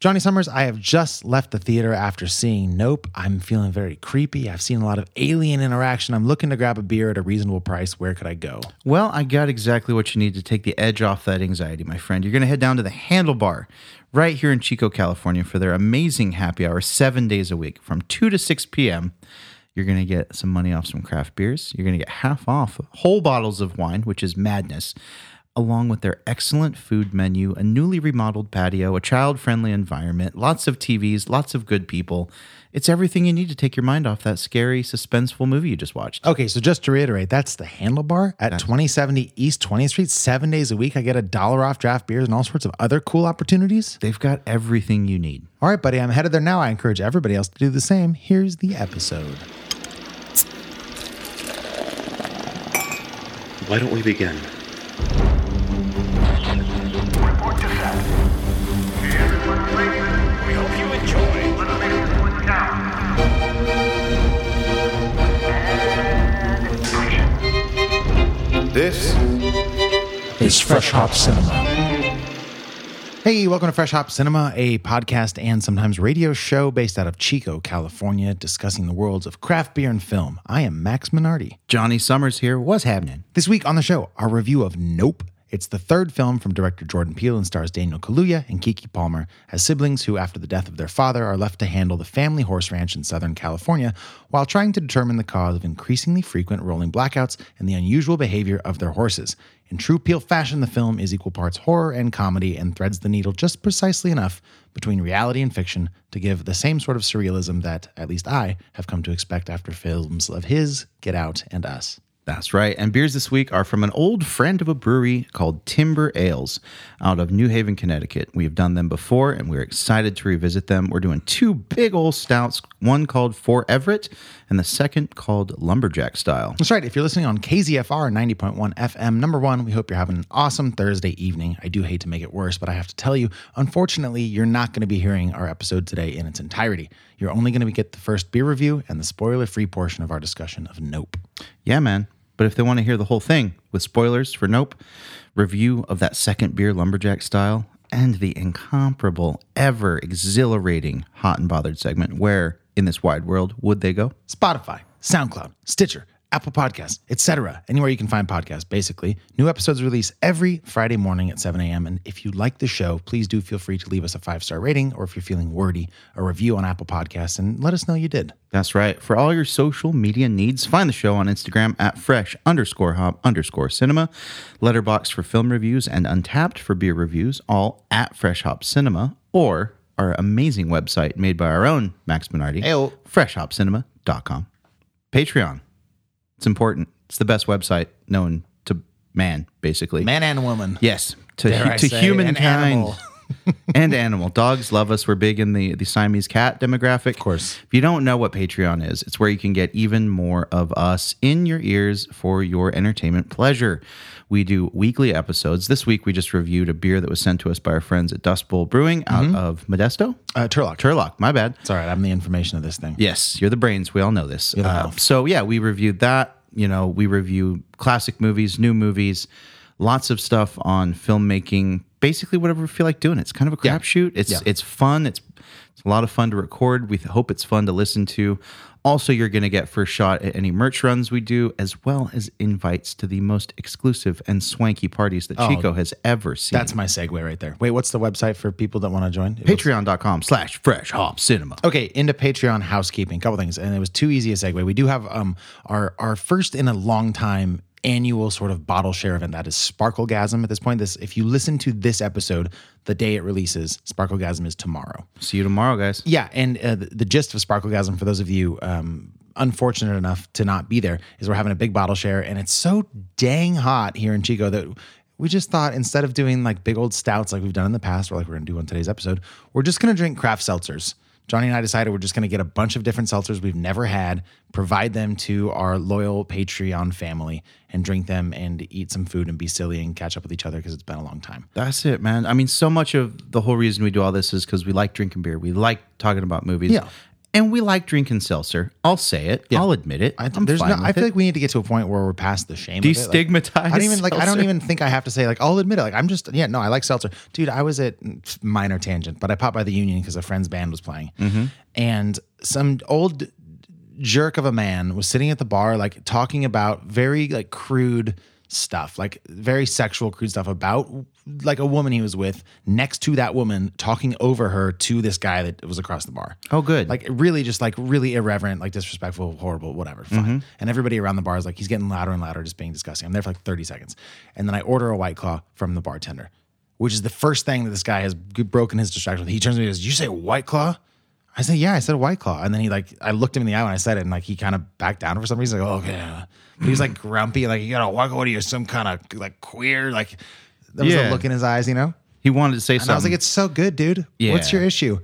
Johnny Summers, I have just left the theater after seeing Nope. I'm feeling very creepy. I've seen a lot of alien interaction. I'm looking to grab a beer at a reasonable price. Where could I go? Well, I got exactly what you need to take the edge off that anxiety, my friend. You're going to head down to the Handlebar right here in Chico, California for their amazing happy hour seven days a week from 2 to 6 p.m. You're going to get some money off some craft beers. You're going to get half off whole bottles of wine, which is madness, along with their excellent food menu, a newly remodeled patio, a child friendly environment, lots of TVs, lots of good people. It's everything you need to take your mind off that scary, suspenseful movie you just watched. Okay, so just to reiterate, that's the handlebar at 2070 East 20th Street, seven days a week. I get a dollar off draft beers and all sorts of other cool opportunities. They've got everything you need. All right, buddy, I'm headed there now. I encourage everybody else to do the same. Here's the episode. Why don't we begin? Report to set. Everyone ready? We hope you enjoy. Let's make it one count. And action. This It's Fresh Hop Cinema. Hey, welcome to Fresh Hop Cinema, a podcast and sometimes radio show based out of Chico, California, discussing the worlds of craft beer and film. I am Max Minardi. Johnny Summers here. What's happening? This week on the show, our review of Nope. It's the third film from director Jordan Peele and stars Daniel Kaluuya and Kiki Palmer as siblings who, after the death of their father, are left to handle the family horse ranch in Southern California while trying to determine the cause of increasingly frequent rolling blackouts and the unusual behavior of their horses. In true Peele fashion, the film is equal parts horror and comedy and threads the needle just precisely enough between reality and fiction to give the same sort of surrealism that, at least I, have come to expect after films of his, Get Out, and Us. That's right. And beers this week are from an old friend of a brewery called Timber Ales out of New Haven, Connecticut. We have done them before and we're excited to revisit them. We're doing two big old stouts, one called For Everett and the second called Lumberjack Style. That's right. If you're listening on KZFR 90.1 FM, number one, we hope you're having an awesome Thursday evening. I do hate to make it worse, but I have to tell you, unfortunately, you're not going to be hearing our episode today in its entirety. You're only going to get the first beer review and the spoiler free portion of our discussion of Nope. Yeah, man. But if they want to hear the whole thing with spoilers for Nope, review of that second beer, Lumberjack Style, and the incomparable, ever exhilarating Hot and Bothered segment, where in this wide world would they go? Spotify, SoundCloud, Stitcher, Apple Podcasts, etc. Anywhere you can find podcasts, basically. New episodes release every Friday morning at 7 a.m. And if you like the show, please do feel free to leave us a five star rating or if you're feeling wordy, a review on Apple Podcasts and let us know you did. That's right. For all your social media needs, find the show on Instagram at fresh underscore hop underscore cinema, letterbox for film reviews, and untapped for beer reviews, all at fresh hop cinema, or our amazing website made by our own Max Minardi, Ayo. freshhopcinema.com. Patreon. It's important. It's the best website known to man, basically. Man and woman. Yes, to Dare I to say, an humankind animal. and animal. Dogs love us. We're big in the the Siamese cat demographic. Of course. If you don't know what Patreon is, it's where you can get even more of us in your ears for your entertainment pleasure. We do weekly episodes. This week we just reviewed a beer that was sent to us by our friends at Dust Bowl Brewing out Mm-hmm. of Modesto. Uh, Turlock. Turlock, my bad. It's all right. I'm the information of this thing. Yes, you're the brains. We all know this. the Uh, mouth. so yeah, we reviewed that. You know, we review classic movies, new movies, lots of stuff on filmmaking. Basically, whatever we feel like doing. It's kind of a crapshoot. It's Yeah. it's fun. It's it's a lot of fun to record. We hope it's fun to listen to. Also, you're going to get first shot at any merch runs we do, as well as invites to the most exclusive and swanky parties that Chico has ever seen. Oh. That's my segue right there. Wait, what's the website for people that want to join? It was- patreon.com slash fresh hop cinema. Okay, into Patreon housekeeping. Couple things, and it was too easy a segue. We do have um our our first in a long time annual sort of bottle share event that is Sparklegasm. At this point, this if you listen to this episode the day it releases, Sparklegasm is tomorrow. See you tomorrow, guys. Yeah, and uh, the, the gist of Sparklegasm for those of you um, unfortunate enough to not be there is we're having a big bottle share, and it's so dang hot here in Chico that we just thought instead of doing like big old stouts like we've done in the past, or like we're gonna do on today's episode, we're just gonna drink craft seltzers. Johnny and I decided we're just going to get a bunch of different seltzers we've never had, provide them to our loyal Patreon family, and drink them and eat some food and be silly and catch up with each other because it's been a long time. That's it, man. I mean, so much of the whole reason we do all this is because we like drinking beer. We like talking about movies. Yeah. And we like drinking seltzer. I'll say it. I'll admit it. I, I'm there's fine no, I with feel it. like we need to get to a point where we're past the shame. of it. Like, Destigmatize I don't even like. I don't seltzer. even think I have to say like. I'll admit it. Like I'm just yeah. No, I like seltzer, dude. I was at minor tangent, but I popped by the Union because a friend's band was playing, and some old jerk of a man was sitting at the bar like talking about very like crude stuff like very sexual crude stuff about like a woman he was with next to that woman talking over her to this guy that was across the bar Oh, good. like really just like really irreverent, like disrespectful, horrible, whatever. Fine. Mm-hmm. And everybody around the bar is like, he's getting louder and louder, just being disgusting. I'm there for like 30 seconds. And then I order a white claw from the bartender, which is the first thing that this guy has g- broken his distraction with. He turns to me and goes, Did you say white claw? I said, Yeah, I said white claw. And then he like I looked him in the eye when I said it, and like he kind of backed down for some reason. Like, oh, okay. But he was like grumpy, like you gotta walk away to some kind of like queer, like there was a Yeah. look in his eyes, you know? he wanted to say And something. I was like, it's so good, dude. Yeah. What's your issue?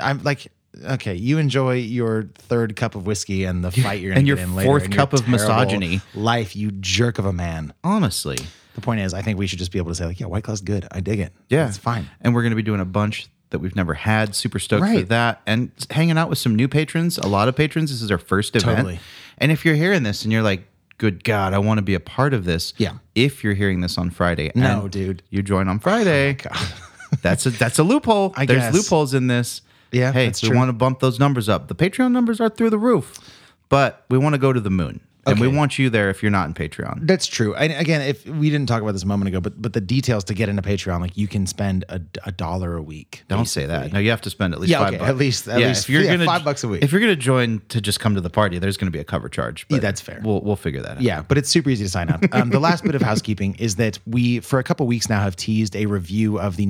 I'm like, okay, you enjoy your third cup of whiskey and the fight you're gonna And your get in later fourth and cup of terrible misogyny. Life, you jerk of a man. honestly. The point is, I think we should just be able to say, like, yeah, White Claw's good. I dig it. Yeah. It's fine. And we're going to be doing a bunch that we've never had. Super stoked for Right. that. And hanging out with some new patrons, a lot of patrons. This is our first event. Totally. And if you're hearing this and you're like, good God, I want to be a part of this. Yeah. If you're hearing this on Friday. No, and dude. Oh, You join on Friday. that's a that's a loophole. I There's guess. loopholes in this. Yeah, Hey, that's we true. want to bump those numbers up. The Patreon numbers are through the roof, but we want to go to the moon. And we Okay. want you there if you're not in Patreon. That's true. And again, if we didn't talk about this a moment ago, but but the details to get into Patreon, like you can spend a, a dollar a week. Don't say that. No, you have to spend at least Yeah, five okay, bucks. at least- at least- if you're yeah, gonna, five bucks a week. If you're gonna join to just come to the party, there's gonna be a cover charge. but Yeah, that's fair. We'll we'll figure that out. Yeah, but it's super easy to sign up. Um, the last bit of housekeeping is that we, for a couple weeks now, have teased a review of the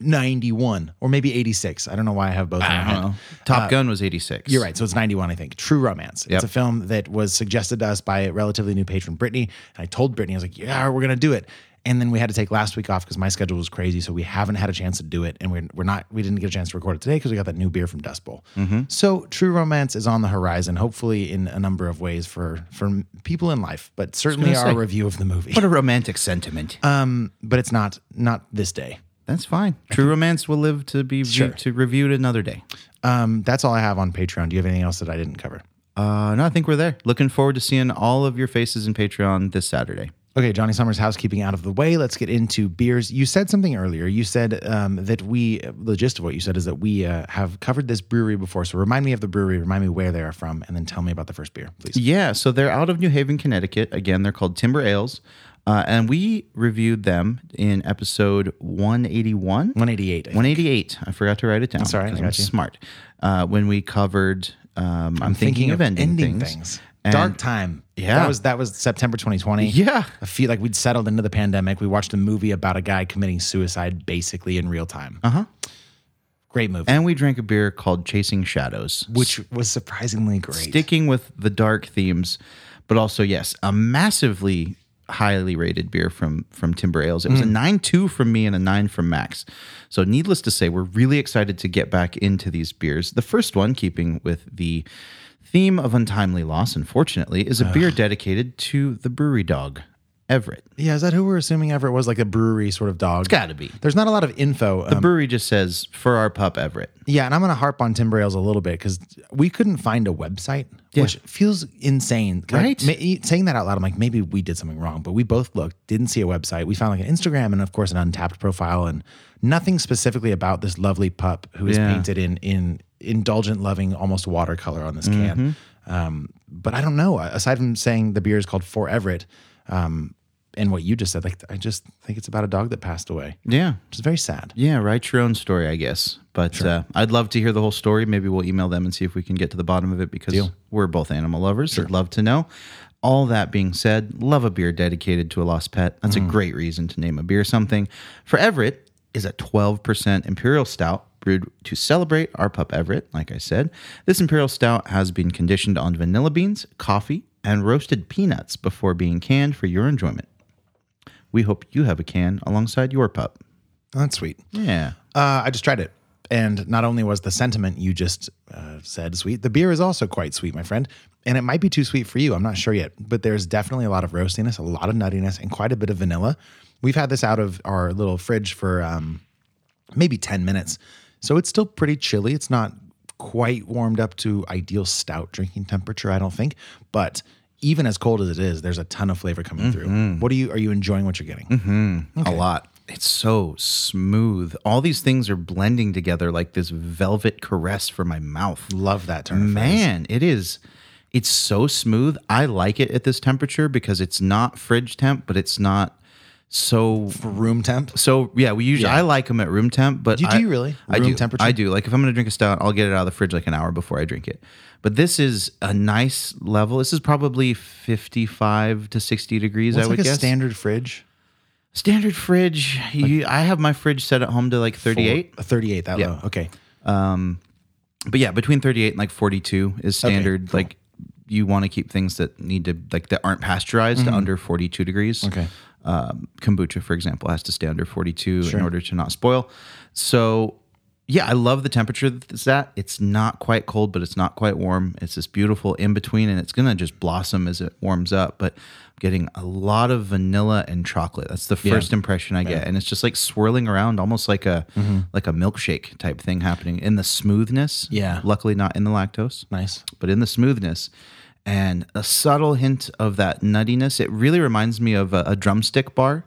1991 or maybe 86. I don't know why I have both. in my I don't head. know. Top Gun was eighty six. You're right. So it's 91, I think. True Romance. Yep. It's a film that was suggested to us by a relatively new patron, Brittany. And I told Brittany, I was like, yeah, we're going to do it. And then we had to take last week off because my schedule was crazy. So we haven't had a chance to do it. And we're, we're not, we didn't get a chance to record it today because we got that new beer from Dust Bowl. Mm-hmm. So True Romance is on the horizon, hopefully in a number of ways for, for people in life, but certainly gonna our say. review of the movie. What a romantic sentiment. Uh, but it's not, not this day. that's fine. True romance will live to be view- Sure. to reviewed another day. Um, that's all I have on Patreon. Do you have anything else that I didn't cover? Uh, no, I think we're there. Looking forward to seeing all of your faces in Patreon this Saturday. Okay, Johnny Summers housekeeping out of the way. Let's get into beers. You said something earlier. You said um, that we, the gist of what you said is that we uh, have covered this brewery before. So remind me of the brewery, remind me where they are from, and then tell me about the first beer, please. Yeah, so they're out of New Haven, Connecticut. Again, they're called Timber Ales, uh, and we reviewed them in episode one eighty one. 188. I think. 188. I forgot to write it down. all right. 'cause I I'm got you. smart. Uh, when we covered, um, I'm, thinking, of ending, things. And- Dark time. Yeah. that was that was September 2020. Yeah. I feel like we'd settled into the pandemic. We watched a movie about a guy committing suicide basically in real time. Uh huh. Great movie, Uh-huh. And we drank a beer called Chasing Shadows, which was surprisingly great. sticking with the dark themes, but also yes, a massively highly rated beer from from Timber Ales. It was a nine two from me and a nine from Max. So needless to say, we're really excited to get back into these beers. The first one, keeping with the theme of untimely loss, unfortunately, is a beer dedicated to the brewery dog Everett. Yeah, is that who we're assuming Everett was? Like a brewery sort of dog. gotta be. There's not a lot of info. um, brewery just says for our pup Everett. yeah, and I'm gonna harp on Timber Ales a little bit because we couldn't find a website, which feels insane. Like, Right? ma- e, saying that out loud, I'm like, maybe we did something wrong, but we both looked, didn't see a website. We found like an Instagram and of course an Untapped profile, and nothing specifically about this lovely pup who is Yeah. painted in in indulgent, loving, almost watercolor on this Mm-hmm. can. Um, but I don't know. Aside from saying the beer is called For Everett, um, and what you just said, like I just think it's about a dog that passed away, Yeah. which is very sad. Yeah, write your own story, I guess. But uh, I'd love to hear the whole story. Maybe we'll email them and see if we can get to the bottom of it because we're both animal lovers. I'd love to know. All that being said, love a beer dedicated to a lost pet. That's a great reason to name a beer something. For Everett is a 12% imperial stout brewed to celebrate our pup Everett, like I said. This imperial stout has been conditioned on vanilla beans, coffee, and roasted peanuts before being canned for your enjoyment. We hope you have a can alongside your pup. That's sweet. Yeah. Uh, I just tried it. And not only was the sentiment you just uh, said sweet, the beer is also quite sweet, my friend. And it might be too sweet for you. I'm not sure yet. But there's definitely a lot of roastiness, a lot of nuttiness, and quite a bit of vanilla. We've had this out of our little fridge for um, maybe 10 minutes. So it's still pretty chilly. It's not quite warmed up to ideal stout drinking temperature, I don't think. But even as cold as it is, there's a ton of flavor coming through. What are you are you enjoying what you're getting? Mm-hmm. a lot. It's so smooth. All these things are blending together like this velvet caress for my mouth. Love that turn. of phrase. Man, it is. It's so smooth. I like it at this temperature because it's not fridge temp, but it's not so Room temp. so yeah, we usually I like them at room temp, but You- do I- you really? I Room do. temperature? I do. Like if I'm gonna drink a stout, I'll get it out of the fridge like an hour before I drink it. But this is a nice level. This is probably 55 to 60 degrees. It's I like would a guess. standard fridge. Standard fridge. you, I have my fridge set at home to like 38. Four- a 38 that Yeah. low. Okay. But yeah, between 38 and like 42 is standard. cool. Like you want to keep things that need to like that aren't pasteurized to under 42 degrees. Okay. Um, kombucha, for example, has to stay under 42 in order to not spoil. So yeah, I love the temperature that it's at. It's not quite cold, but it's not quite warm. It's this beautiful in between, and it's gonna just blossom as it warms up. But I'm getting a lot of vanilla and chocolate. That's the first impression I get, and it's just like swirling around, almost like a like a milkshake type thing happening in the smoothness. Yeah. luckily not in the lactose Nice. but in the smoothness and a subtle hint of that nuttiness. It really reminds me of a, a drumstick bar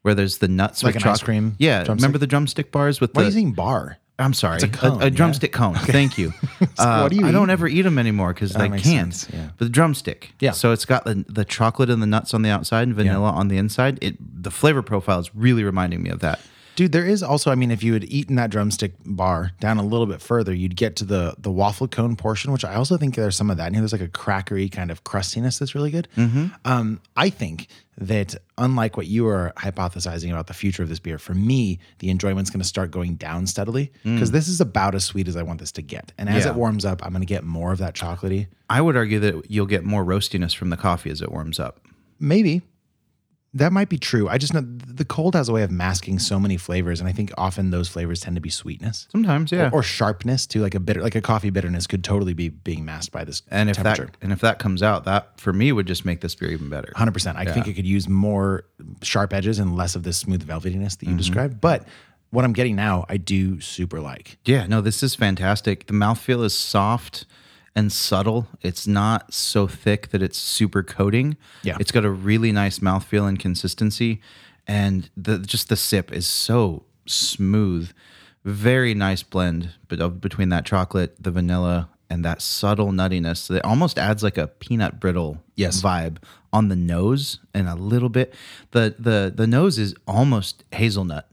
where there's the nuts Like with an ice choc- cream Yeah, drumstick? remember the drumstick bars with Why the. are you saying bar? I'm sorry, a cone, yeah? drumstick cone. Thank you. Uh, what do you I don't eat? ever eat them anymore because I makes can't. sense, yeah. But the drumstick. Yeah. So it's got the, the chocolate and the nuts on the outside and vanilla on the inside. It the flavor profile is really reminding me of that. Dude, there is also, I mean, if you had eaten that drumstick bar down a little bit further, you'd get to the the waffle cone portion, which I also think there's some of that in here. There's like a crackery kind of crustiness that's really good. Mm-hmm. Um, I think that unlike what you were hypothesizing about the future of this beer, for me, the enjoyment's going to start going down steadily because this is about as sweet as I want this to get. And as Mm. Yeah. it warms up, I'm going to get more of that chocolatey. I would argue that you'll get more roastiness from the coffee as it warms up. Maybe. That might be true. I just know the cold has a way of masking so many flavors, and I think often those flavors tend to be sweetness. Sometimes, yeah. or sharpness too, like a bitter, like a coffee bitterness could totally be being masked by this and if that temperature. and if that comes out, that for me would just make this beer even better. Hundred percent. I think it could use more sharp edges and less of this smooth velvetiness that Mm-hmm. you described. But what I'm getting now, I do super like. Yeah, no, this is fantastic. The mouthfeel is soft and subtle. It's not so thick that it's super coating. Yeah. It's got a really nice mouthfeel and consistency. And the just the sip is so smooth. Very nice blend but of, between that chocolate, the vanilla, and that subtle nuttiness that almost adds like a peanut brittle Yes. vibe on the nose and a little bit. The the the nose is almost hazelnut.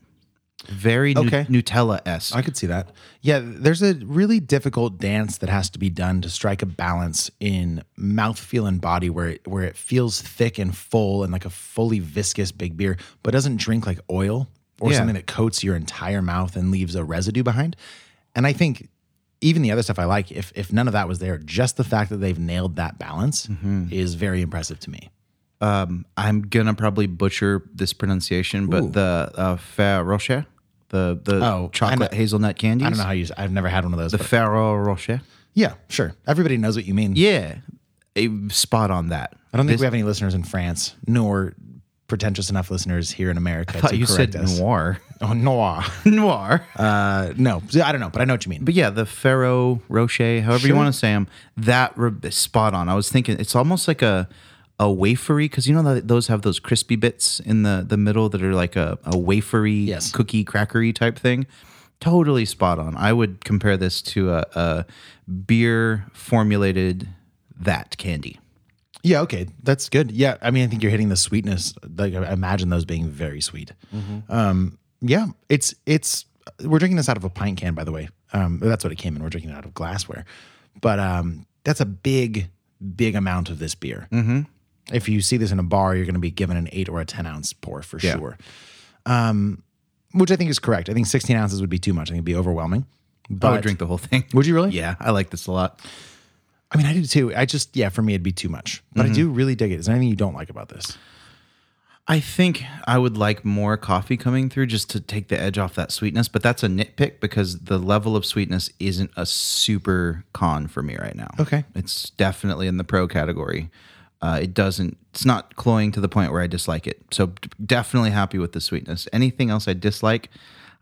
Very Okay. Nutella esque. I could see that. Yeah, there's a really difficult dance that has to be done to strike a balance in mouthfeel and body where it, where it feels thick and full and like a fully viscous big beer, but doesn't drink like oil or Yeah. something that coats your entire mouth and leaves a residue behind. And I think even the other stuff I like, if if none of that was there, just the fact that they've nailed that balance Mm-hmm. is very impressive to me. I'm gonna probably butcher this pronunciation, but the uh, Ferre Rocher, the the Oh, chocolate I know- hazelnut candies, I don't know how you. s- I've never had one of those. the but Ferre Rocher. yeah, sure. Everybody knows what you mean. Yeah, eh, spot on that. I don't think This- we have any listeners in France, nor pretentious enough listeners here in America I thought to you correct said us. noir, Oh, noir. noir. Uh, no, I don't know, but I know what you mean. but yeah, the Ferro Rocher, however you want to say them, that re- spot on. I was thinking it's almost like a a wafery because you know that those have those crispy bits in the the middle that are like a a wafery Yes. cookie crackery type thing. Totally spot on. I would compare this to a, a beer formulated that candy. yeah, okay, that's good. Yeah, I mean, I think you're hitting the sweetness. Like, I imagine those being very sweet. Mm-hmm. Um, yeah, it's it's. We're drinking this out of a pint can, by the way. Um, that's what it came in. We're drinking it out of glassware, but um, that's a big, big amount of this beer. Mm-hmm. If you see this in a bar, you're going to be given an eight or a ten ounce pour for Yeah. sure. Um, which I think is correct. I think 16 ounces would be too much. I think it'd be overwhelming. But I would drink the whole thing. Would you really? Yeah, I like this a lot. I mean, I do too. I just, yeah, for me, it'd be too much. But Mm-hmm. I do really dig it. Is there anything you don't like about this? I think I would like more coffee coming through just to take the edge off that sweetness, but that's a nitpick because the level of sweetness isn't a super con for me right now. Okay. It's definitely in the pro category. Uh, it doesn't, it's not cloying to the point where I dislike it. So d- definitely happy with the sweetness. Anything else I dislike?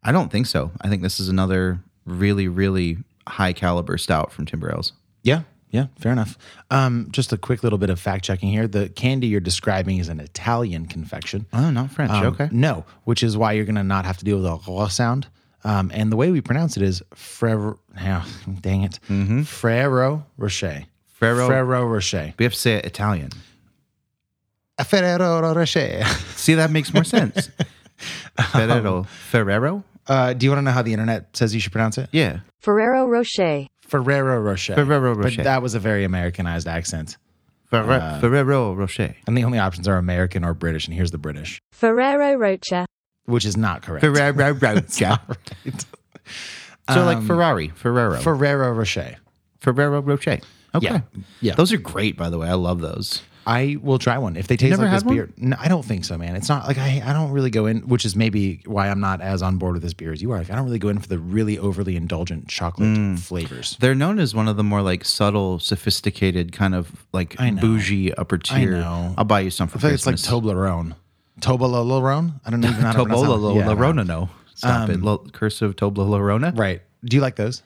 I don't think so. I think this is another really, really high caliber stout from Timber Ales. Yeah, yeah, fair enough. Um, just a quick little bit of fact checking here. The candy you're describing is an Italian confection. Oh, not French. Um, okay. No, which is why you're going to not have to deal with the r sound. Um, and the way we pronounce it is Frere, oh, dang it, Mm-hmm. Frero Rocher. Ferrero- Frero Rocher. We have to say it Italian. Ferrero Rocher. See, that makes more sense. Um, Ferrero. Ferrero? Uh, do you want to know how the internet says you should pronounce it? Yeah. Ferrero Rocher. Ferrero Rocher. Ferrero Rocher. But that was a very Americanized accent. Ferre- uh, Ferrero Rocher. And the only options are American or British. And here's the British, Ferrero Rocher. which is not correct. Ferrero Rocher. Right. So, Um, like Ferrari, Ferrero. Ferrero Rocher. Ferrero Rocher. Okay. Yeah. Yeah. Those are great, by the way. I love those. I will try one if they taste never like this had one? beer. No, I don't think so, man. It's not like I I don't really go in, which is maybe why I'm not as on board with this beer as you are. Like I don't really go in for the really overly indulgent chocolate Mm. flavors. They're known as one of the more like subtle, sophisticated, kind of like know. bougie upper tier. know. I'll buy you some for I feel like it's Christmas. like Toblerone, Toblerone. I don't even know. how to pronounce that one. Tobolo Yeah, I La don't know. Rona, no. Stop it. Lo- cursive Tobolo Rona. Right? Do you like those?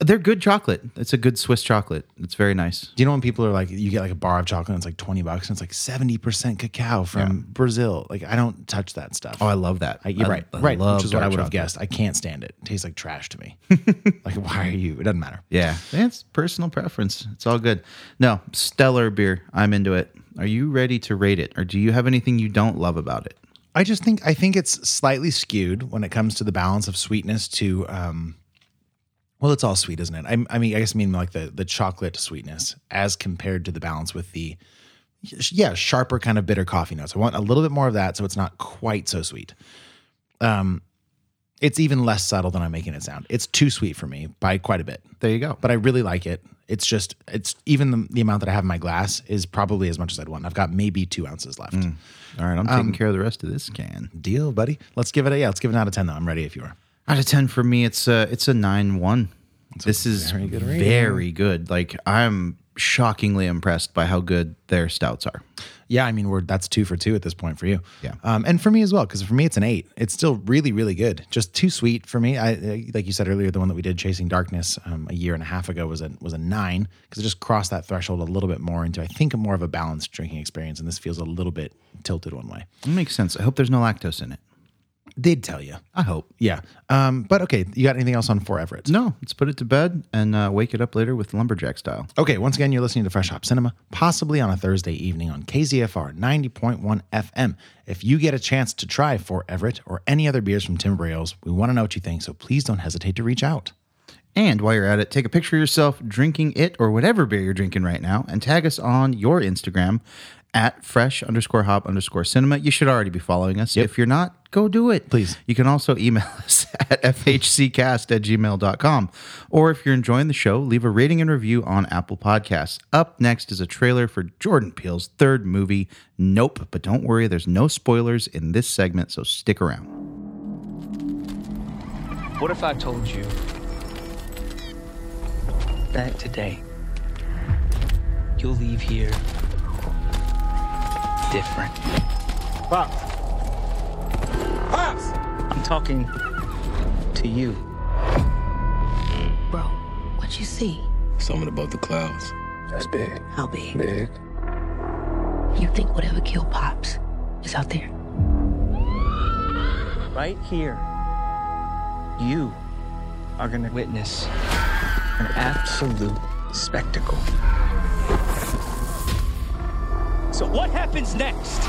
They're good chocolate. It's a good Swiss chocolate. It's very nice. Do you know when people are like, you get like a bar of chocolate and it's like twenty bucks and it's like seventy percent cacao from Brazil? Like I don't touch that stuff. Oh, I love that. I, you're I- right, I right, love which is what dark I would have chocolate. guessed. I can't stand it. It tastes like trash to me. like why are you? It doesn't matter. Yeah, it's personal preference. It's all good. No, stellar beer. I'm into it. Are you ready to rate it, or do you have anything you don't love about it? I just think I think it's slightly skewed when it comes to the balance of sweetness to um well it's all sweet isn't it I, I mean I guess I mean like the the chocolate sweetness as compared to the balance with the yeah sharper kind of bitter coffee notes I want a little bit more of that so it's not quite so sweet um it's even less subtle than I'm making it sound it's too sweet for me by quite a bit There you go. but I really like it it's just it's even the, the amount that I have in my glass is probably as much as I'd want I've got maybe two ounces left all right, I'm taking care of the rest of this can. deal, buddy. Let's give it a yeah. Let's give it an out of ten though. I'm ready if you are. Out of ten for me, it's a it's a nine one. This is very good, Like I'm shockingly impressed by how good their stouts are. Yeah, I mean we're that's two for two at this point for you. Yeah. um, and for me as well because for me it's an eight. It's still really really good. Just too sweet for me. I- I like you said earlier, the one that we did Chasing Darkness um, a year and a half ago was a was a nine because it just crossed that threshold a little bit more into I think a more of a balanced drinking experience, and this feels a little bit tilted one way. It makes sense. I hope there's no lactose in it. They'd tell you. I hope. Yeah, um, but okay. You got anything else on Four Everett? No, let's put it to bed and uh, wake it up later with lumberjack style. Okay, once again, you're listening to Fresh Hop Cinema, possibly on a Thursday evening on KZFR 90.1 FM. If you get a chance to try For Everett or any other beers from Timber Ales, we want to know what you think, so please don't hesitate to reach out. And while you're at it, take a picture of yourself drinking it or whatever beer you're drinking right now and tag us on your Instagram at fresh underscore hop underscore cinema. You should already be following us. If you're not, go do it. Please. You can also email us at fhccast at gmail.com. Or if you're enjoying the show, leave a rating and review on Apple Podcasts. Up next is a trailer for Jordan Peele's third movie, Nope. But don't worry, there's no spoilers in this segment, so stick around. What if I told you that today you'll leave here different? Pops. Pops! I'm talking to you. Bro, what you see? Something above the clouds. That's big. How big? Big. You think whatever killed Pops is out there? Right here, you are going to witness an absolute spectacle. So, what happens next?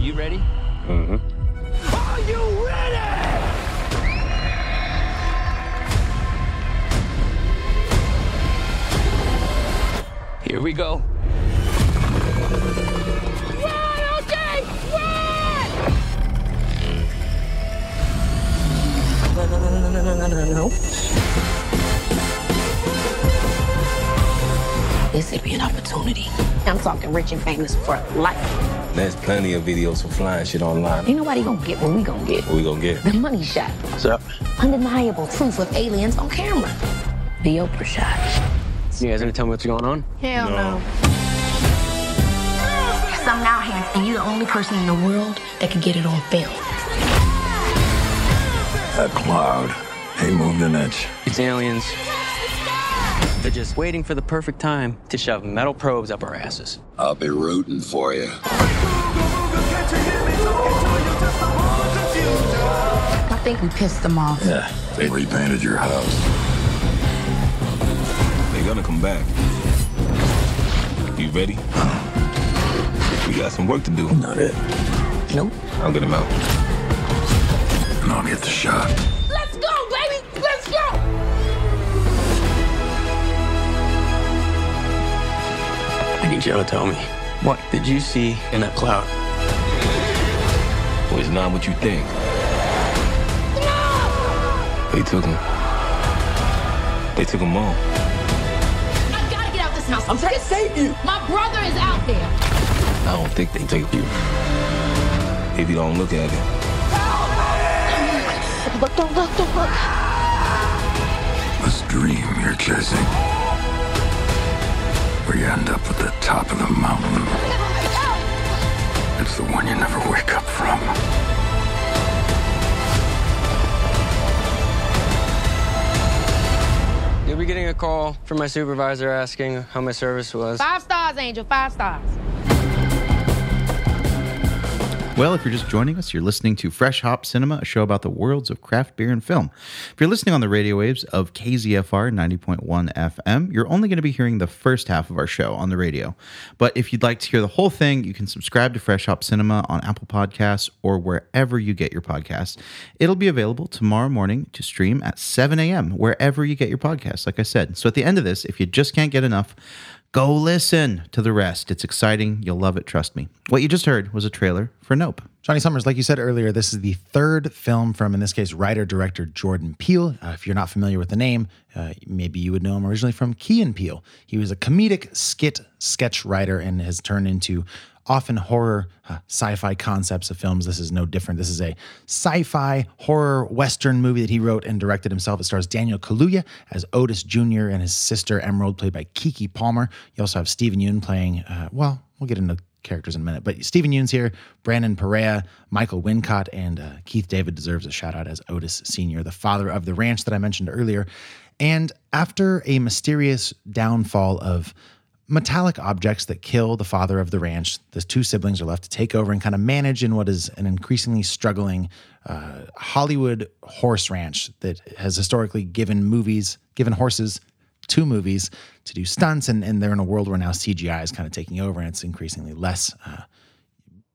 You ready? Mm hmm. Are you ready? Here we go. No, no, no, no, no, no, no, no. This would be an opportunity. I'm talking rich and famous for life. There's plenty of videos for flying shit online. Ain't nobody gonna get what we gonna get. What we gonna get? The money shot. What's up? Undeniable proof of aliens on camera. The Oprah shot. You guys gonna tell me what's going on? Hell no. I'm out here, and you're the only person in the world that could get it on film. That cloud They moved an inch. It's aliens. They're just waiting for the perfect time to shove metal probes up our asses. I'll be rooting for you. I think we pissed them off. Yeah, they repainted your house. They're gonna come back. You ready? We got some work to do. Not it. Nope. I'll get him out. And I'll get the shot. Let's go, baby! Let's go! I need you to tell me, what did you see in that cloud? Well, it's not what you think. They took him. They took him all. I gotta get out this house. I'm trying to save you. My brother is out there. I don't think they took you. If you don't look at it, Look, don't look, don't look. This dream you're chasing. Where you end up at the top of the mountain. It's the one you never wake up from. You'll be getting a call from my supervisor asking how my service was. Five stars, Angel. Five stars. Well, if you're just joining us, you're listening to Fresh Hop Cinema, a show about the worlds of craft beer and film. If you're listening on the radio waves of KZFR 90.1 FM, you're only going to be hearing the first half of our show on the radio. But if you'd like to hear the whole thing, you can subscribe to Fresh Hop Cinema on Apple Podcasts or wherever you get your podcasts. It'll be available tomorrow morning to stream at 7 a.m., wherever you get your podcasts, like I said. So at the end of this, if you just can't get enough, Go listen to the rest. It's exciting. You'll love it. Trust me. What you just heard was a trailer for Nope. Johnny Summers, like you said earlier, this is the third film from, in this case, writer director Jordan Peele. Uh, if you're not familiar with the name, uh, maybe you would know him originally from Key and Peele. He was a comedic skit sketch writer and has turned into often horror uh, sci-fi concepts of films. This is no different. This is a sci-fi horror western movie that he wrote and directed himself. It stars Daniel Kaluuya as Otis Jr. and his sister Emerald, played by Kiki Palmer. You also have Stephen Yoon playing. Uh, well, we'll get into characters in a minute. But Stephen Yoon's here, Brandon Perea, Michael Wincott, and uh, Keith David deserves a shout out as Otis Sr., the father of the ranch that I mentioned earlier. And after a mysterious downfall of metallic objects that kill the father of the ranch, the two siblings are left to take over and kind of manage in what is an increasingly struggling uh, Hollywood horse ranch that has historically given movies, given horses two movies to do stunts, and, and they're in a world where now CGI is kind of taking over and it's increasingly less, uh,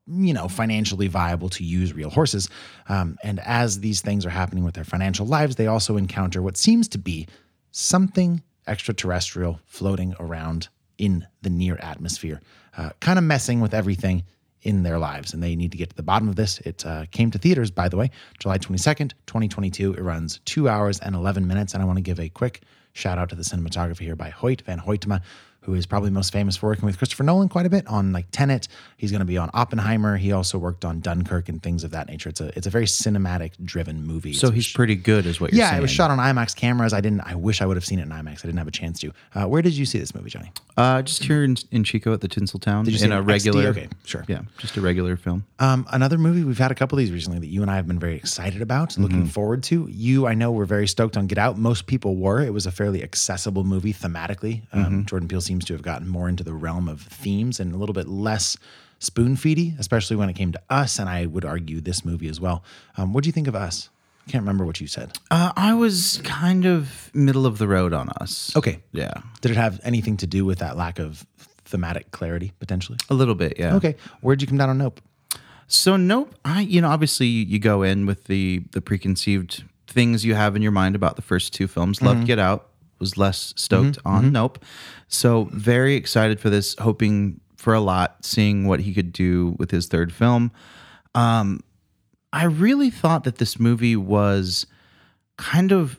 you know, financially viable to use real horses. Um, and as these things are happening with their financial lives, they also encounter what seems to be something extraterrestrial floating around in the near atmosphere, uh, kind of messing with everything in their lives, and they need to get to the bottom of this. It uh, came to theaters, by the way, July 22nd, 2022. It runs two hours and 11 minutes, and I want to give a quick shout out to the cinematography here by Hoyt Van Hoytema, who is probably most famous for working with Christopher Nolan quite a bit on like Tenet. He's going to be on Oppenheimer. He also worked on Dunkirk and things of that nature. It's a it's a very cinematic driven movie. So It's- he's pretty good, is what you're yeah, saying. it was shot on IMAX cameras. I didn't. I wish I would have seen it in IMAX. I didn't have a chance to. Uh, where did you see this movie, Johnny? Uh, just here in, in Chico at the Tinseltown you see in it a in XD? regular. Okay, sure. Yeah, just a regular film. Um, another movie we've had a couple of these recently that you and I have been very excited about, looking forward to. You, I know, were very stoked on Get Out. Most people were. It was a fairly accessible movie thematically. Um, Jordan Peele seems to have gotten more into the realm of themes and a little bit less spoon feedy, especially when it came to us. And I would argue this movie as well. Um, what do you think of us? I can't remember what you said. Uh, I was kind of middle of the road on us. Okay. Yeah, Did it have anything to do with that lack of thematic clarity potentially? a little bit. Yeah. Okay. Where'd you come down on Nope? So nope, I you know obviously you, you go in with the the preconceived things you have in your mind about the first two films. Love Get Out was less stoked on Nope. So very excited for this, hoping for a lot, seeing what he could do with his third film. Um I really thought that this movie was kind of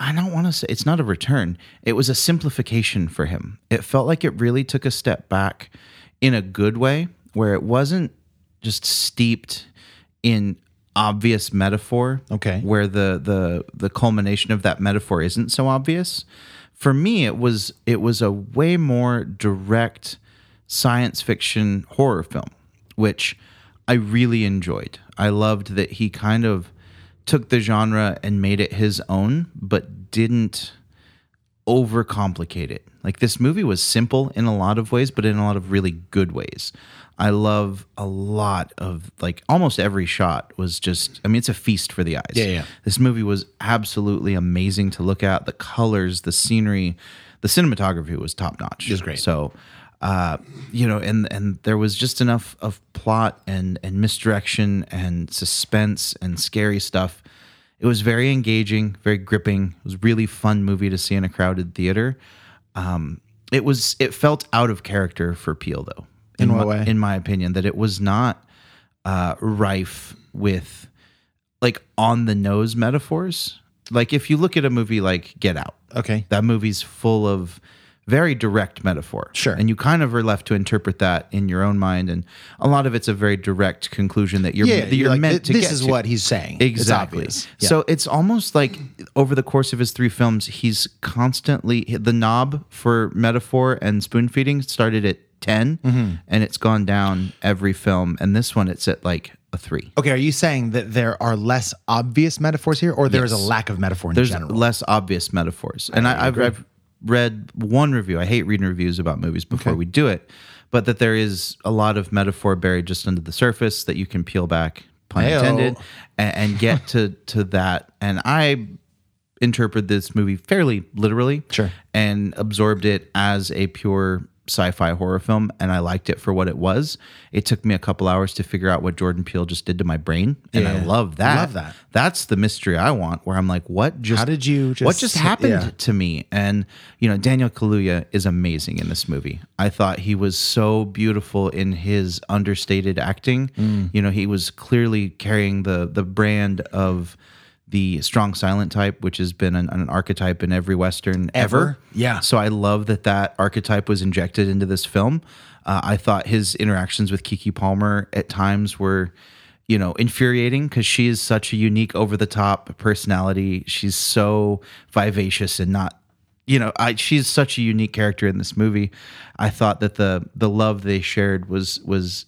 I don't want to say it's not a return. It was a simplification for him. It felt like it really took a step back in a good way where it wasn't just steeped in obvious metaphor. Okay. Where the the the culmination of that metaphor isn't so obvious. For me it was it was a way more direct science fiction horror film, which I really enjoyed. I loved that he kind of took the genre and made it his own, but didn't overcomplicate it. Like this movie was simple in a lot of ways, but in a lot of really good ways. I love a lot of like almost every shot was just I mean it's a feast for the eyes. Yeah, yeah. This movie was absolutely amazing to look at. The colors, the scenery, the cinematography was top notch. It was great. So uh, you know, and and there was just enough of plot and and misdirection and suspense and scary stuff. It was very engaging, very gripping. It was a really fun movie to see in a crowded theater. Um, it was it felt out of character for Peel though. In what my, way? In my opinion, that it was not uh, rife with like on the nose metaphors. Like if you look at a movie like Get Out, Okay. that movie's full of very direct metaphor. Sure. And you kind of are left to interpret that in your own mind. And a lot of it's a very direct conclusion that you're, Yeah, that you're you're like, meant "Th- to this get is to." what he's saying. It's Exactly. obvious. Yeah. So it's almost like over the course of his three films, he's constantly the knob for metaphor and spoon feeding started at 10 Mm-hmm. and it's gone down every film. And this one, it's at like a three. Okay, are you saying that there are less obvious metaphors here, or there is Yes. a lack of metaphor in there's general? less obvious metaphors. and I, I've, I've read one review. I hate reading reviews about movies before we do it, but that there is a lot of metaphor buried just under the surface that you can peel back, pun Heyo. intended, and, and get to to that. And I interpret this movie fairly literally, Sure. and absorbed it as a pure sci-fi horror film and I liked it for what it was. It took me a couple hours to figure out what Jordan Peele just did to my brain and I Yeah. love that. Love that. That's the mystery I want where I'm like what just How did you what just- just happened yeah. to me? And you know, Daniel Kaluuya is amazing in this movie. I thought he was so beautiful in his understated acting. Mm. You know, he was clearly carrying the the brand of the strong silent type, which has been an, an archetype in every western ever. Ever? Yeah. So I love that that archetype was injected into this film. Uh, I thought his interactions with Kiki Palmer at times were, you know, infuriating because she is such a unique, over the top personality. She's so vivacious and not, you know, I, she's such a unique character in this movie. I thought that the the love they shared was was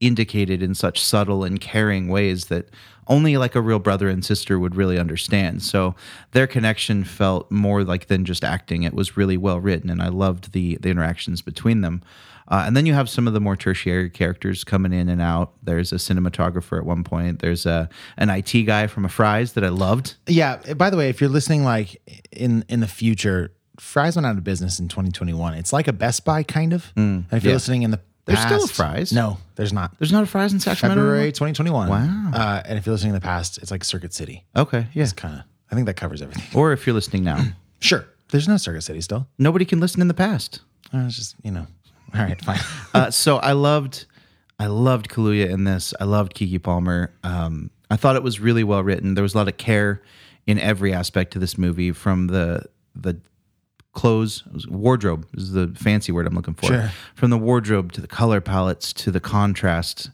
indicated in such subtle and caring ways that only like a real brother and sister would really understand. So their connection felt more like than just acting. It was really well written, and I loved the the interactions between them. Uh, and then you have some of the more tertiary characters coming in and out. There's a cinematographer at one point. There's a an IT guy from a Fry's that I loved. yeah. By the way, if you're listening, like in in the future, Fry's went out of business in 2021. It's like a Best Buy kind of. and if you're listening in the Mm, There's still a past- Fry's. No, there's not. There's not a Fry's in Sacramento. February anymore? 2021. Wow. Uh, and if you're listening in the past, it's like Circuit City. Okay, yeah. It's kind of. I think that covers everything. Or if you're listening now, Sure. There's no Circuit City still. nobody can listen in the past. Uh, it's just you know. All right, fine. uh, so I loved, I loved Kaluuya in this. I loved Kiki Palmer. Um, I thought it was really well written. There was a lot of care in every aspect of this movie, from the the clothes, it was wardrobe is the fancy word I'm looking for. Sure. From the wardrobe to the color palettes to the contrast.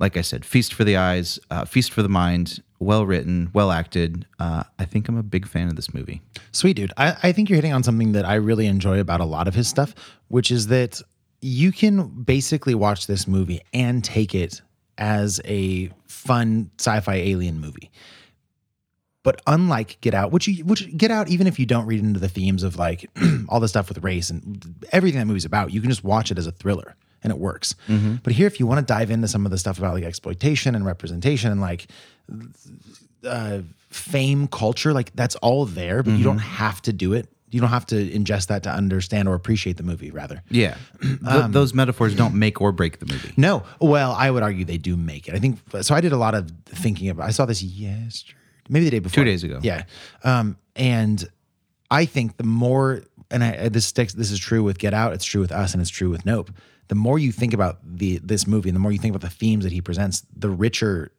Like I said, feast for the eyes, uh, feast for the mind. Well written, well acted. Uh, I think I'm a big fan of this movie. Sweet dude. I, I think you're hitting on something that I really enjoy about a lot of his stuff, which is that you can basically watch this movie and take it as a fun sci-fi alien movie. But unlike Get Out, which you, which Get Out, even if you don't read into the themes of like all the stuff with race and everything that movie's about, you can just watch it as a thriller and it works. But here, if you want to dive into some of the stuff about like exploitation and representation and like fame culture like that's all there but you don't Mm-hmm. have to do it you don't have to ingest that to understand or appreciate the movie rather Yeah, Th- those metaphors don't make or break the movie. no well i would argue they do make it i think so i did a lot of thinking about i saw this yesterday maybe the day before Two days ago. yeah um and i think the more and I, this sticks this is true with get out it's true with us and it's true with nope the more you think about the this movie and the more you think about the themes that he presents the richer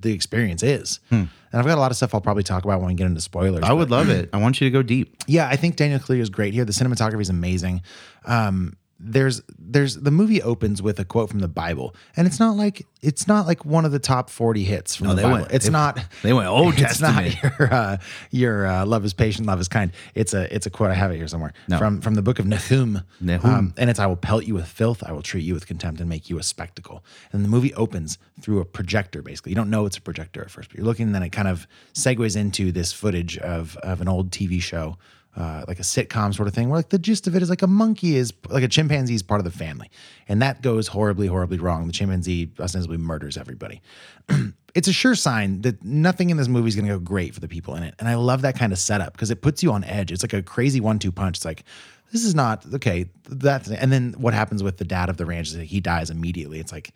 the experience is and i've got a lot of stuff i'll probably talk about when we get into spoilers Hmm. I but- would love it. I want you to go deep. yeah, I think Daniel Kaluuya is great here. The cinematography is amazing. Um, there's there's the movie opens with a quote from the Bible, and it's not like it's not like one of the top forty hits from No, the they Bible. went- it's they- not they went "Oh, Old it's Testament. not your uh, your uh, love is patient, love is kind. It's a it's a quote I have it here somewhere No. from from the book of Nahum. Um, Nahum. and it's I will pelt you with filth, I will treat you with contempt, and make you a spectacle. And the movie opens through a projector. Basically, you don't know it's a projector at first, but you're looking, and then it kind of segues into this footage of of an old TV show. Uh, like a sitcom sort of thing, where like the gist of it is like a monkey is like a chimpanzee is part of the family, and that goes horribly, horribly wrong. The chimpanzee ostensibly murders everybody it's a sure sign that nothing in this movie is going to go great for the people in it. And I love that kind of setup because it puts you on edge. It's like a crazy one-two punch. It's like this is not okay. That and then what happens with the dad of the ranch is that he dies immediately. It's like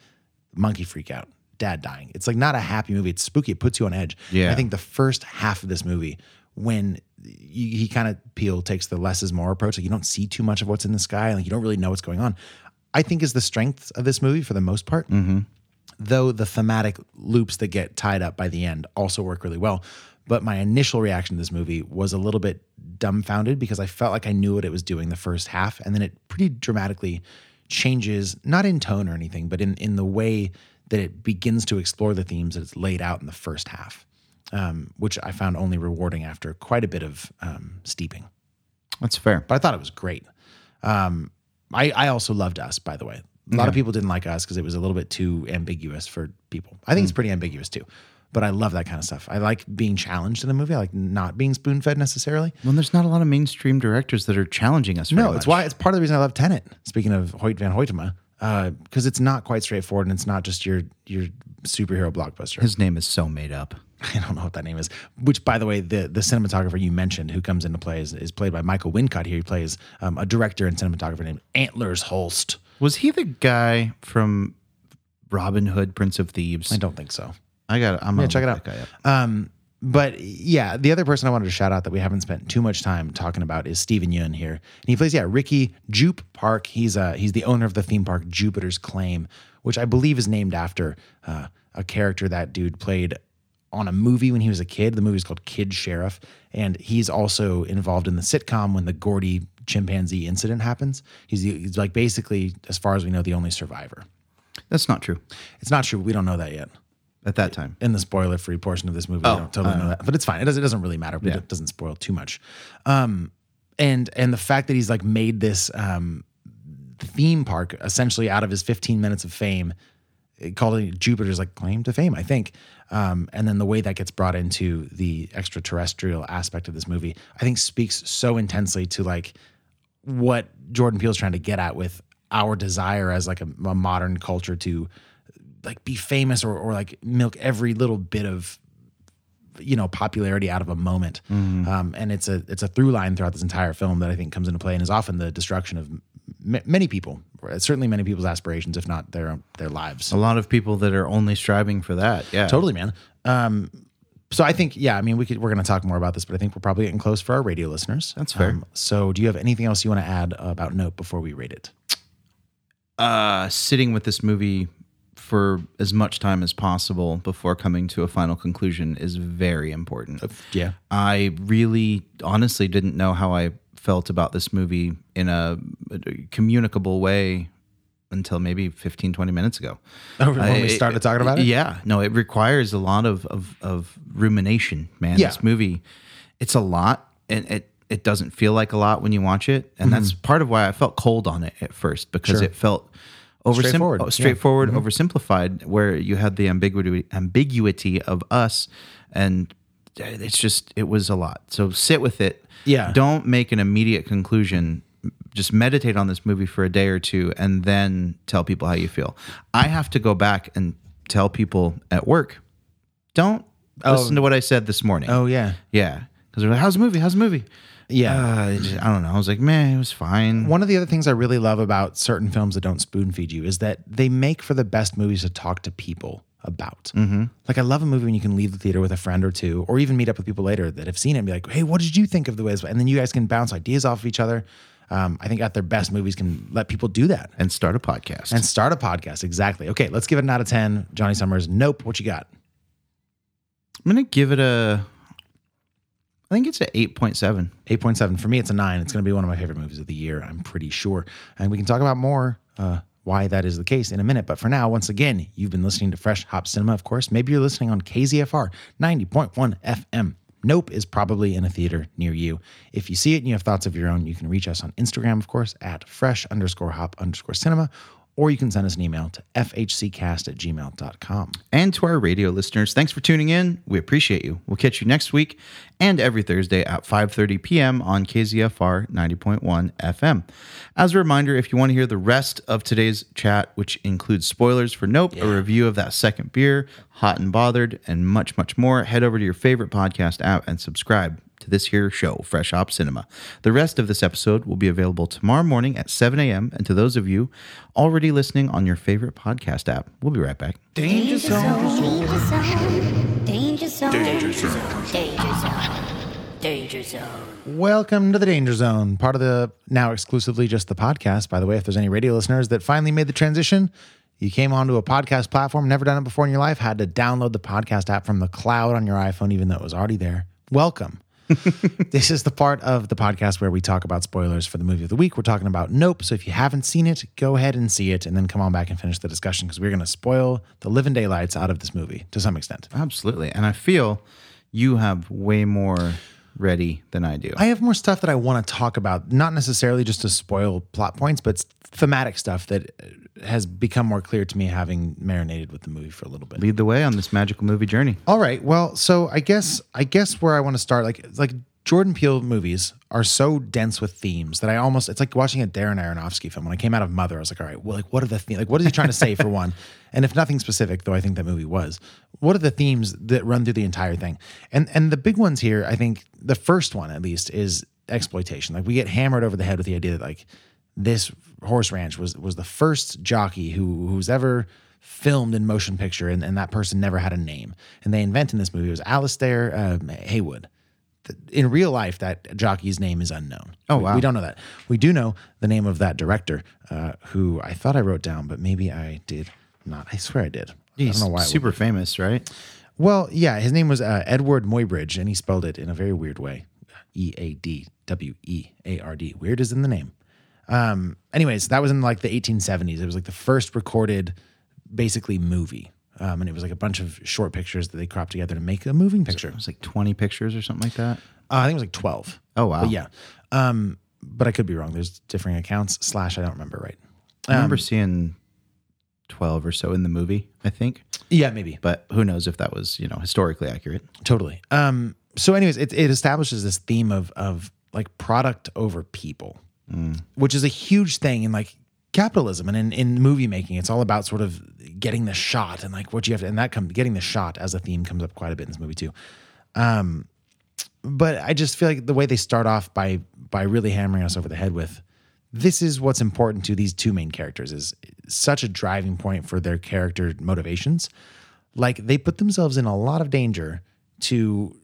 monkey freak out, dad dying. It's like not a happy movie. It's spooky. It puts you on edge. Yeah. I think the first half of this movie when you, he kind of Peel takes the less is more approach. Like you don't see too much of what's in the sky. Like you don't really know what's going on. I think is the strength of this movie for the most part though the thematic loops that get tied up by the end also work really well. But my initial reaction to this movie was a little bit dumbfounded because I felt like I knew what it was doing the first half, and then it pretty dramatically changes, not in tone or anything, but in in the way that it begins to explore the themes that it's laid out in the first half, um, which I found only rewarding after quite a bit of um, steeping That's fair. but I thought it was great. Um, I, I also loved Us, by the way. A lot of people didn't like Us because it was a little bit too ambiguous for people. I think it's pretty ambiguous too, but I love that kind of stuff. I like being challenged in a movie. I like not being spoon fed necessarily. Well, there's not a lot of mainstream directors that are challenging us. very No, it's much. why it's part of the reason I love Tenet. Speaking of Hoyt Van Hoytema, because it's not quite straightforward and it's not just your your superhero blockbuster. his name is so made up. I don't know what that name is. Which, by the way, the the cinematographer you mentioned who comes into play is, is played by Michael Wincott. Here he plays um, a director and cinematographer named Antlers Holst. Was he the guy from Robin Hood, Prince of Thieves? I don't think so. I got. I'm gonna check it look out. that guy up. Um, but yeah, the other person I wanted to shout out that we haven't spent too much time talking about is Steven Yeun here. And he plays, yeah, Ricky Jupe Park. He's uh he's the owner of the theme park Jupiter's Claim, which I believe is named after uh, a character that dude played on a movie when he was a kid. The movie's called Kid Sheriff, and he's also involved in the sitcom when the Gordy chimpanzee incident happens. He's, the, he's like basically, as far as we know, the only survivor. That's not true. It's not true. We don't know that yet At that time, in the spoiler free portion of this movie. I don't totally know that, but it's fine. It doesn't, it doesn't really matter. It doesn't spoil too much. Um, and, and the fact that he's like made this, um, theme park essentially out of his 15 minutes of fame it called it Jupiter's like claim to fame, I think. Um, and then the way that gets brought into the extraterrestrial aspect of this movie, I think speaks so intensely to like what Jordan Peele's trying to get at with our desire as like a, a modern culture to like be famous or, or like milk every little bit of you know popularity out of a moment um, and it's a it's a through line throughout this entire film that i think comes into play and is often the destruction of m- many people certainly many people's aspirations if not their their lives a lot of people that are only striving for that. Yeah, Totally, man. Um, so I think, yeah, I mean, we could, we're going to talk more about this, but I think we're probably getting close for our radio listeners. Um, That's fair. so do you have anything else you want to add about Note before we rate it? Uh, sitting with this movie for as much time as possible before coming to a final conclusion is very important. Yeah. I really honestly didn't know how I felt about this movie in a communicable way until maybe 15, 20 minutes ago. Oh, when I- uh, we started talking about it? Yeah. No, it requires a lot of, of, of rumination, man. Yeah. This movie, it's a lot and it, it doesn't feel like a lot when you watch it. And Mm-hmm. that's part of why I felt cold on it at first because it felt oversim- Straightforward, oh, yeah. straightforward Mm-hmm. oversimplified, where you had the ambiguity, ambiguity of us and it's just it was a lot so sit with it Yeah. don't make an immediate conclusion just meditate on this movie for a day or two and then tell people how you feel i have to go back and tell people at work don't listen to what i said this morning Oh, yeah. yeah because they're like how's the movie how's the movie Yeah. uh, it just- i don't know i was like man it was fine One of the other things I really love about certain films that don't spoon feed you is that they make for the best movies to talk to people about. Like I love a movie when you can leave the theater with a friend or two, or even meet up with people later that have seen it and be like, "Hey, what did you think of the ways?" And then you guys can bounce ideas off of each other. Um, I think at their best, movies can let people do that and start a podcast and start a podcast. Exactly. Okay, let's give it an out of ten. Johnny Summers, nope. What you got? i'm gonna give it a I think it's an 8.7. 8.7. For me, it's a 9. It's going to be one of my favorite movies of the year, I'm pretty sure. And we can talk about more uh, why that is the case in a minute. But for now, once again, you've been listening to Fresh Hop Cinema, of course. Maybe you're listening on KZFR 90.1 FM. Nope is probably in a theater near you. If you see it and you have thoughts of your own, you can reach us on Instagram, of course, at fresh underscore hop underscore cinema, or you can send us an email to fhccast at gmail.com. And to our radio listeners, thanks for tuning in. We appreciate you. We'll catch you next week and every Thursday at 5:30 p.m. on KZFR 90.1 FM. As a reminder, if you want to hear the rest of today's chat, which includes spoilers for Nope, a review of that second beer, Hot and Bothered, and much much more, head over to your favorite podcast app and subscribe to this here show, Fresh Hop Cinema. The rest of this episode will be available tomorrow morning at 7 a.m. And to those of you already listening on your favorite podcast app, we'll be right back. Danger zone. Danger zone. Danger zone. Danger zone. Danger zone. Welcome to the Danger Zone, part of the now exclusively just the podcast. By the way, if there's any radio listeners that finally made the transition, you came onto a podcast platform, never done it before in your life, had to download the podcast app from the cloud on your iPhone, even though it was already there. Welcome. this is the part of the podcast where we talk about spoilers for the movie of the week. We're talking about Nope. So if you haven't seen it, go ahead and see it and then come on back and finish the discussion because we're going to spoil the living daylights out of this movie to some extent. Absolutely. And I feel you have way more ready than I do. I have more stuff that I want to talk about, not necessarily just to spoil plot points, but thematic stuff that uh, has become more clear to me having marinated with the movie for a little bit. Lead the way on this magical movie journey. All right. Well, so I guess I guess where I want to start, like like Jordan Peele movies are so dense with themes that I almost it's like watching a Darren Aronofsky film. When I came out of Mother, I was like, all right, well, like what are the themes? Like what is he trying to say for one? And if nothing specific, though, I think that movie was. What are the themes that run through the entire thing? And and the big ones here, I think the first one at least is exploitation. Like we get hammered over the head with the idea that like this horse ranch was was the first jockey who who's ever filmed in motion picture and, and that person never had a name and they invent in this movie it was Alistair um, Haywood Th- in real life that jockey's name is unknown Oh, We- wow. we don't know that we do know the name of that director uh, who I thought I wrote down but maybe I did not I swear I did I He's don't know why I would. super famous, right? Well, yeah, his name was uh, Edward Moybridge, and he spelled it in a very weird way E A D W E A R D. Weird is in the name. Um, anyways, that was in like the 1870s. It was like the first recorded, basically, movie. Um, and it was like a bunch of short pictures that they cropped together to make a moving picture. It was like 20 pictures or something like that. Uh, I think it was like 12. Oh, wow. But yeah. Um, but I could be wrong. There's differing accounts, slash, I don't remember right. I remember seeing 12 or so in the movie, I think. Um, Yeah, maybe. But who knows if that was, you know, historically accurate. Totally. Um, so, anyways, it, it establishes this theme of of like product over people, which is a huge thing in like capitalism and in, in movie making. It's all about sort of getting the shot and like what you have to, and that comes getting the shot as a theme comes up quite a bit in this movie too. Um, but I just feel like the way they start off by by really hammering us over the head with this is what's important to these two main characters is such a driving point for their character motivations like they put themselves in a lot of danger to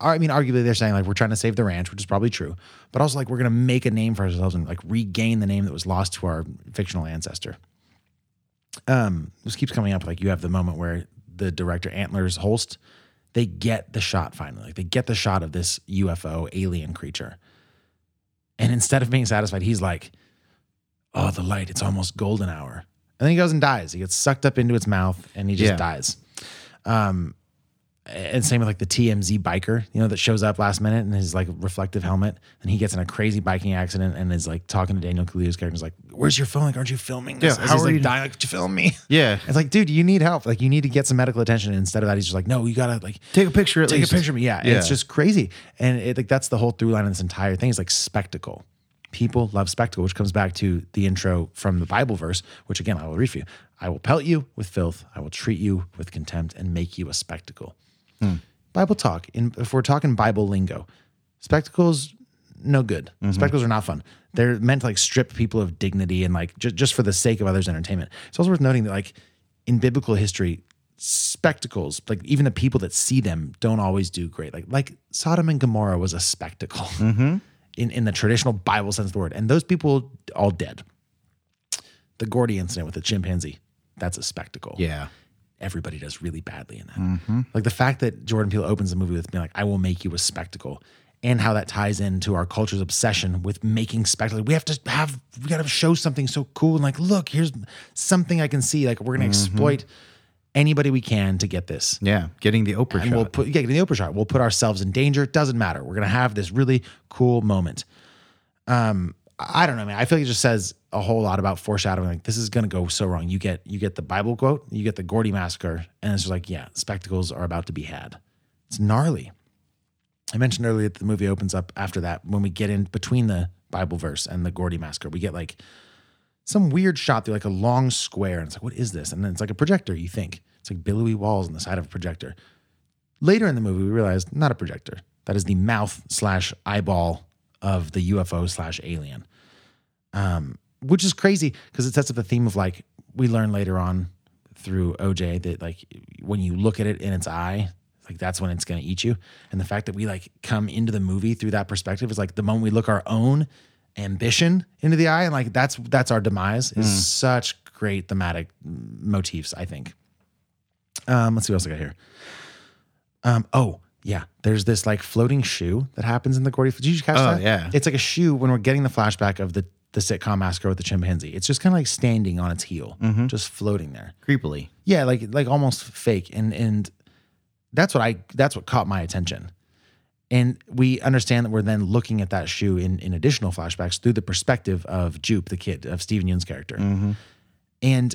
I mean, arguably they're saying like we're trying to save the ranch, which is probably true, but also like we're gonna make a name for ourselves and like regain the name that was lost to our fictional ancestor. Um, this keeps coming up. Like you have the moment where the director Antlers Holst, they get the shot finally. Like they get the shot of this UFO alien creature, and instead of being satisfied, he's like, "Oh, the light! It's almost golden hour." And then he goes and dies. He gets sucked up into its mouth, and he just Yeah. dies. And same with like the TMZ biker, you know, that shows up last minute in his like reflective helmet and he gets in a crazy biking accident and is like talking to Daniel Kaluuya's character. He's like, Where's your phone? Like, aren't you filming this? Yeah, As how he's are like you- dying, like, "Could you film me? Yeah. It's like, dude, you need help. Like, you need to get some medical attention. And instead of that, he's just like, No, you gotta like Take a picture at take least. a picture of me. Yeah. And It's Yeah. just crazy. And it, like that's the whole through line of this entire thing is like spectacle. People love spectacle, which comes back to the intro from the Bible verse, which again I will read for you. I will pelt you with filth, I will treat you with contempt, and make you a spectacle. Bible talk. In, if we're talking Bible lingo, spectacles no good. Spectacles are not fun. They're meant to like strip people of dignity and like ju- just for the sake of others' entertainment. It's also worth noting that like in biblical history, spectacles like even the people that see them don't always do great. Like like Sodom and Gomorrah was a spectacle in in the traditional Bible sense of the word, and those people all dead. The Gordy incident with the chimpanzee, that's a spectacle Yeah. everybody does really badly in that. Like the fact that Jordan Peele opens the movie with being like, I will make you a spectacle. And how that ties into our culture's obsession with making spectacle. We have to have, we gotta show something so cool. And like, look, here's something I can see. Like, we're gonna exploit anybody we can to get this. Yeah, getting the Oprah and shot. we'll put yeah, get the Oprah shot. We'll put ourselves in danger. It doesn't matter. We're gonna have this really cool moment. Um, I I don't know, man. I feel like it just says a whole lot about foreshadowing. Like this is gonna go so wrong. You get you get the Bible quote, you get the Gordy massacre, and it's just like yeah, spectacles are about to be had. It's gnarly. I mentioned earlier that the movie opens up after that when we get in between the Bible verse and the Gordy massacre. We get like some weird shot through like a long square, and it's like, what is this? And then it's like a projector. You think it's like billowy walls on the side of a projector. Later in the movie, we realized not a projector. That is the mouth slash eyeball of the UFO slash alien, um, which is crazy because it sets up the theme of like we learn later on through OJ that like when you look at it in its eye, like that's when it's going to eat you. And the fact that we like come into the movie through that perspective is like the moment we look our own ambition into the eye and like that's that's our demise is such great thematic motifs. I think. Um, let's see what else I got here. Um, oh yeah, there's this like floating shoe that happens in the Gordy. Did you catch Oh, that? yeah. it's like a shoe when we're getting the flashback of the the sitcom massacre with the chimpanzee. It's just kind of like standing on its heel, Mm-hmm. just floating there. creepily. Yeah, like like almost fake, and and that's what I that's what caught my attention. And we understand that we're then looking at that shoe in in additional flashbacks through the perspective of Jupe, the kid of Steven Yeun's character, and.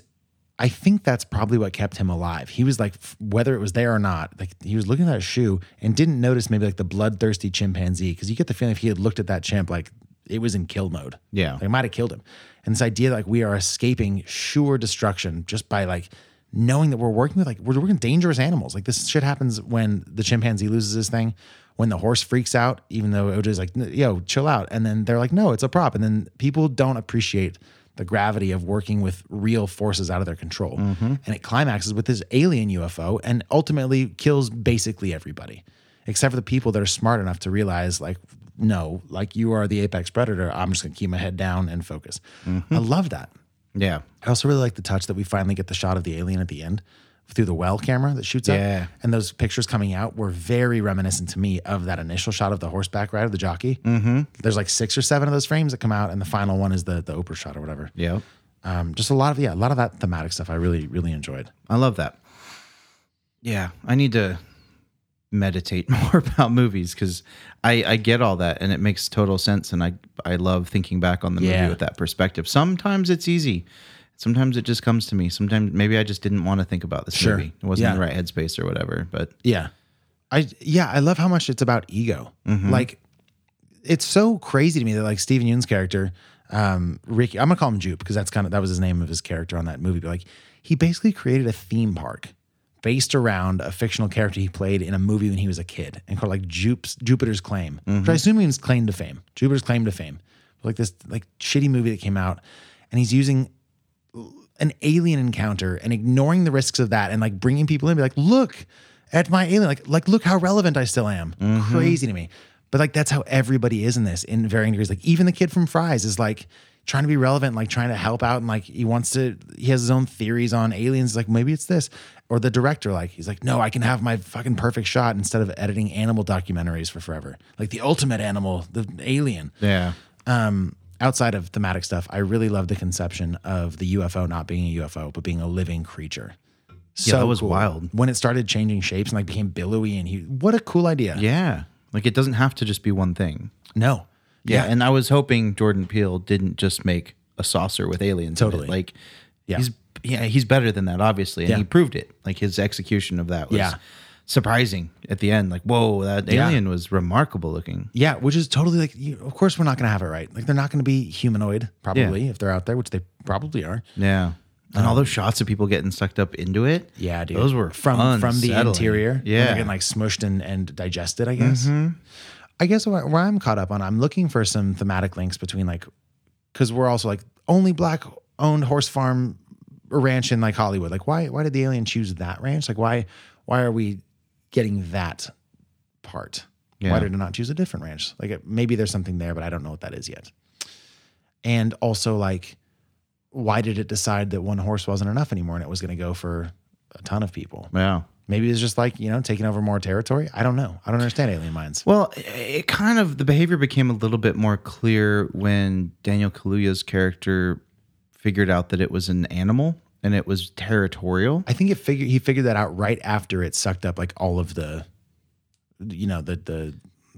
I think that's probably what kept him alive. He was like, f- whether it was there or not, like he was looking at that shoe and didn't notice maybe like the bloodthirsty chimpanzee. Cause you get the feeling if he had looked at that chimp, like it was in kill mode. Yeah. Like it might have killed him. And this idea like we are escaping sure destruction just by like knowing that we're working with like we're working with dangerous animals. Like this shit happens when the chimpanzee loses his thing, when the horse freaks out, even though OJ's like, "N- yo, chill out. And then they're like, no, it's a prop. And then people don't appreciate the gravity of working with real forces out of their control. And it climaxes with this alien UFO and ultimately kills basically everybody, except for the people that are smart enough to realize, like, no, like you are the apex predator. I'm just going to keep my head down and focus. I love that. Yeah. I also really like the touch that we finally get the shot of the alien at the end through the well camera that shoots Yeah. up. And those pictures coming out were very reminiscent to me of that initial shot of the horseback ride of the jockey. Mm-hmm. There's like six or seven of those frames that come out, and the final one is the the Oprah shot or whatever. Yeah. Um, just a lot of yeah, a lot of that thematic stuff I really really enjoyed. I love that. Yeah, I need to meditate more about movies because I, I get all that and it makes total sense and I I love thinking back on the Yeah. movie with that perspective. Sometimes it's easy. Sometimes it just comes to me. Sometimes maybe I just didn't want to think about this Sure. movie. It wasn't in the Yeah. right headspace or whatever. But Yeah. I yeah, I love how much it's about ego. Like it's so crazy to me that like Steven Yeun's character, um, Ricky, I'm gonna call him Jupe because that's kind of that was his name of his character on that movie. But like he basically created a theme park based around a fictional character he played in a movie when he was a kid and called like Jupe's Jupiter's Claim, which I assume means claim to fame. Jupiter's claim to fame. Like this like shitty movie that came out, and he's using an alien encounter and ignoring the risks of that and like bringing people in be like look at my alien like like look how relevant i still am crazy to me but like that's how everybody is in this in varying degrees like even the kid from fries is like trying to be relevant like trying to help out and like he wants to he has his own theories on aliens like maybe it's this or the director like he's like no i can have my fucking perfect shot instead of editing animal documentaries for forever like the ultimate animal the alien yeah. um, outside of thematic stuff, I really love the conception of the UFO not being a UFO, but being a living creature. So that was cool. wild. When it started changing shapes and like became billowy and huge. What a cool idea. Yeah. Like it doesn't have to just be one thing. No. Yeah. And I was hoping Jordan Peele didn't just make a saucer with aliens. in it. Totally. Like Yeah. he's yeah, he's better than that, obviously. And Yeah. he proved it. Like his execution of that was Yeah. surprising at the end. Like, whoa, that Yeah. alien was remarkable looking. Yeah, which is totally like, you, of course, we're not going to have it right. Like, they're not going to be humanoid, probably, if they're out there, which they probably are. Yeah. And all those shots of people getting sucked up into it. Um, Yeah, dude. Those were from from the unsettling. interior. when they're Yeah. getting like smushed and, and digested. I guess. Mm-hmm. I guess where, where I'm caught up on, I'm looking for some thematic links between like, because we're also like only black owned horse farm ranch in like Hollywood. Like, why why did the alien choose that ranch? Like, why why are we getting that part? Why Yeah. did it not choose a different ranch? Like, it, maybe there's something there, but I don't know what that is yet. And also like why did it decide that one horse wasn't enough anymore and it was going to go for a ton of people. Yeah. Maybe it's just like, you know, taking over more territory. I don't know. I don't understand alien minds. Well, it kind of the behavior became a little bit more clear when Daniel Kaluuya's character figured out that it was an animal and it was territorial. I think it figured he figured that out right after it sucked up like all of the, you know, the the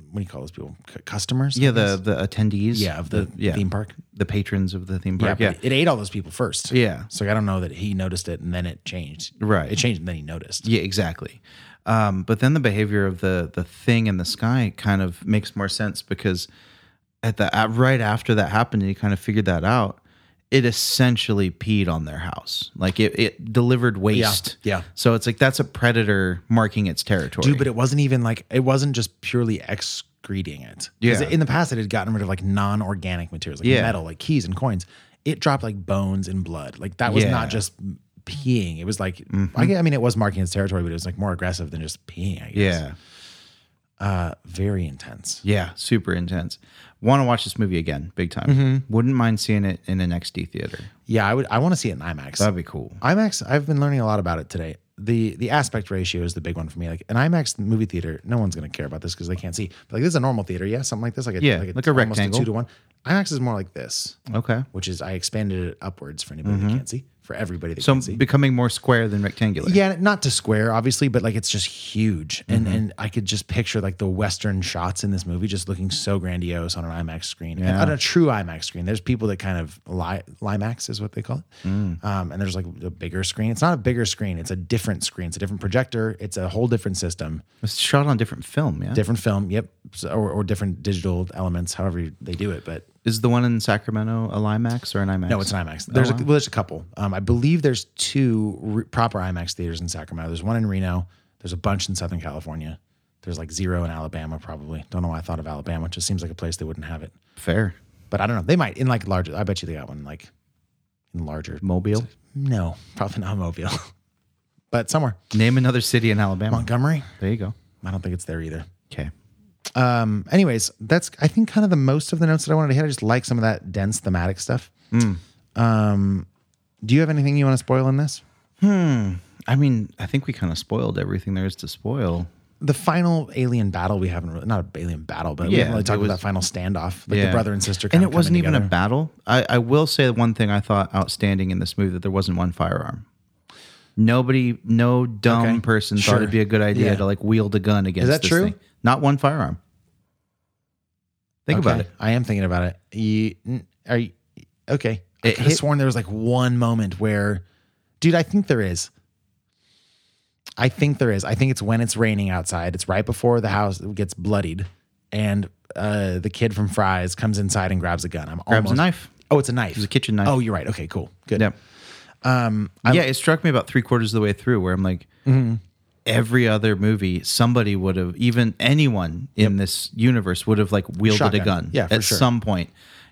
what do you call those people? C- customers? I Yeah, the guess? the attendees. yeah of the, yeah, theme park. the patrons of the theme Yeah, park. but Yeah, It, it ate all those people first. Yeah. So like, I don't know that he noticed it and then it changed. Right. It changed and then he noticed. Yeah, exactly. Um, but then the behavior of the the thing in the sky kind of makes more sense because at the at, right after that happened, and you kind of figured that out. It essentially peed on their house, like it, it delivered waste. yeah. So it's like that's a predator marking its territory. Dude, but it wasn't even like it wasn't just purely excreting it. 'Cause Yeah. In the past, it had gotten rid of like non-organic materials, like Yeah. metal, like keys and coins. It dropped like bones and blood. Like that was Yeah. Mm-hmm. not just peeing. It was like I, gue- I mean, it was marking its territory, but it was like more aggressive than just peeing. I guess. Uh, yeah, Very intense. yeah, super intense. Want to watch this movie again, big time. Mm-hmm. Wouldn't mind seeing it in an XD theater. Yeah. I would. I want to see it in IMAX. That'd be cool. IMAX. I've been learning a lot about it today. The the aspect ratio is the big one for me. Like an IMAX movie theater, no one's gonna care about this because they can't see. But like this is a normal theater, yeah, something like this, like a, Yeah, like, like a almost rectangle. two to one. IMAX is more like this. Okay, which is I expanded it upwards for anybody that can't see, for everybody that Mm-hmm. so can't see. becoming more square than rectangular. yeah, not to square, obviously, but like it's just huge, and and I could just picture like the Western shots in this movie just looking so grandiose on an IMAX screen, And Yeah. on a true IMAX screen. There's people that kind of li- Limax is what they call it, um, and there's like a bigger screen. It's not a bigger screen; it's a different screen. It's a different projector. It's a whole different system, it's shot on different film. Yeah, different film. Yep, so, or, or different digital elements, however they do it. But Is the one in Sacramento a Limax or an IMAX? No, it's an IMAX. There's a, well, there's a couple. Um, I believe there's two re- proper IMAX theaters in Sacramento. There's one in Reno. There's a bunch in Southern California. There's like zero in Alabama, probably. Don't know why I thought of Alabama. It just seems like a place they wouldn't have it. Fair. But I don't know. They might in like larger. I bet you they got one like in larger. Mobile. No, probably not Mobile, but somewhere Name another city in Alabama. Montgomery. There you go. I don't think it's there either. Okay. Um, anyways, that's I think kind of the most of the notes that I wanted to hit. I just like some of that dense thematic stuff. Um, do you have anything you want to spoil in this? I mean, I think we kind of spoiled everything there is to spoil. the final alien battle we haven't really not an alien battle, but we Yeah, haven't really it talked was- about that final standoff, like Yeah. the brother and sister. And kinda it wasn't coming even a together. battle. I, I will say the one thing I thought outstanding in this movie that there wasn't one firearm. Nobody, no dumb Okay. person Sure. thought it'd be a good idea Yeah. to like wield a gun against. that this true? Thing. Not one firearm. Think about Okay. it. I am thinking about it. You n- are you, okay? I It could have hit- sworn there was like one moment where, dude, I think there is. I think there is. I think it's when it's raining outside. It's right before the house gets bloodied, and uh, the kid from Fry's comes inside and grabs a gun. I'm Grabs almost, a knife. Oh, it's a knife. It's a kitchen knife. Oh, Um, you're right. Okay, cool. Good. Yeah. yeah, it struck me about three quarters of the way through where I'm like, Mm-hmm. every other movie, somebody would have, even anyone in this universe would have like wielded a Shotgun. gun Yeah, for at sure. some point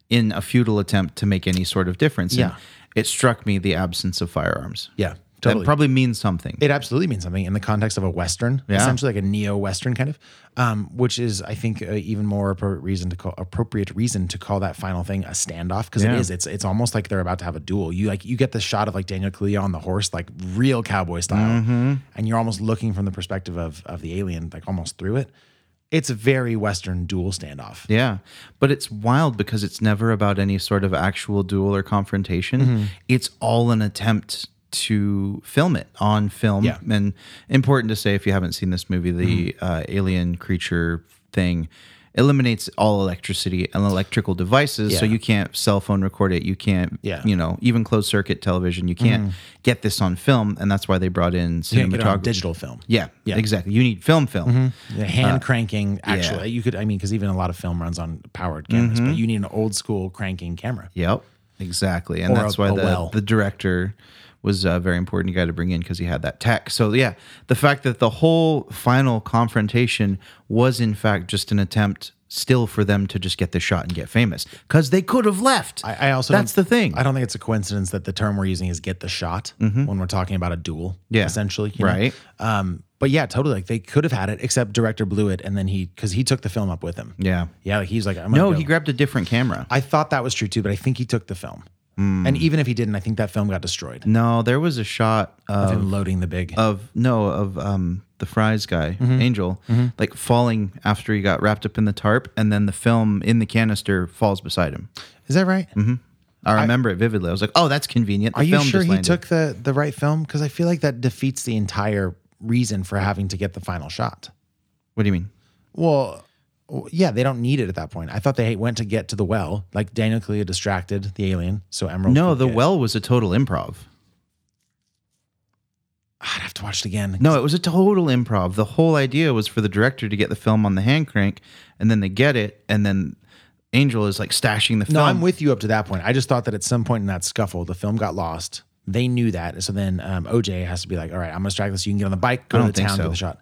in a futile attempt to make any sort of difference. And Yeah. it struck me the absence of firearms. Yeah. That Totally. probably means something. It absolutely means something in the context of a Western, Yeah. essentially like a neo-Western kind of, um, which is I think a even more appropriate reason to call appropriate reason to call that final thing a standoff because Yeah. it is. It's it's almost like they're about to have a duel. You like you get the shot of like Daniel Kaluuya on the horse, like real cowboy style, Mm-hmm. and you're almost looking from the perspective of of the alien, like almost through it. It's a very Western duel standoff. yeah. But it's wild because it's never about any sort of actual duel or confrontation. Mm-hmm. It's all an attempt to film it on film. Yeah. Mm-hmm. And important to say if you haven't seen this movie, the uh, alien creature thing eliminates all electricity and electrical devices. So Yeah. you can't cell phone record it. You can't, Yeah. you know, even closed circuit television. You can't get this on film. And that's why they brought in You can't get it on cinematography. digital film. Yeah, Yeah. Mm-hmm. exactly. You need film, film. The hand cranking, actually, you could. I mean, because even a lot of film runs on powered cameras, Mm-hmm. but you need an old school cranking camera. Yep, exactly, and Or that's a- why a the, well. the director was a very important guy to bring in because he had that tech. So yeah, the fact that the whole final confrontation was in fact just an attempt still for them to just get this shot and get famous because they could have left. I, I also that's don't- the thing. Mm-hmm. I don't think it's a coincidence that the term we're using is "get the shot" when we're talking about a duel. Yeah. essentially, you know? Right. Um, but yeah, totally. Like they could have had it, except director blew it, and then he because he took the film up with him. Yeah. yeah. Like he's like, I'm No, gonna he go. grabbed a different camera. I thought that was true too, but I think he took the film. Hmm. And even if he didn't, I think that film got destroyed. No, there was a shot Of of him loading the big. of no of um the fries guy Mm-hmm. Angel like falling after he got wrapped up in the tarp, and then the film in the canister falls beside him. Is that right? I remember it vividly. I was like, "Oh, that's convenient." Mm-hmm. The Are you film sure just he landed. took the the right film? Because I feel like that defeats the entire reason for having to get the final shot. What do you mean? Well, w- yeah, they don't need it at that point. I thought they went to get to the well, like Daniel Kaluuya distracted the alien, so Emerald. No, could the get- well was a total improv. Ah, I'd have to watch it again. No, it was a total improv. The whole idea was for the director to get the film on the hand crank, and then they get it, and then Angel is like stashing the film. No, I'm with you up to that point. I just thought that at some point in that scuffle, the film got lost. They knew that, so then um, OJ has to be like, "All right, I'm gonna strike this. You can get on the bike, go I to the don't think town, so. do the shot."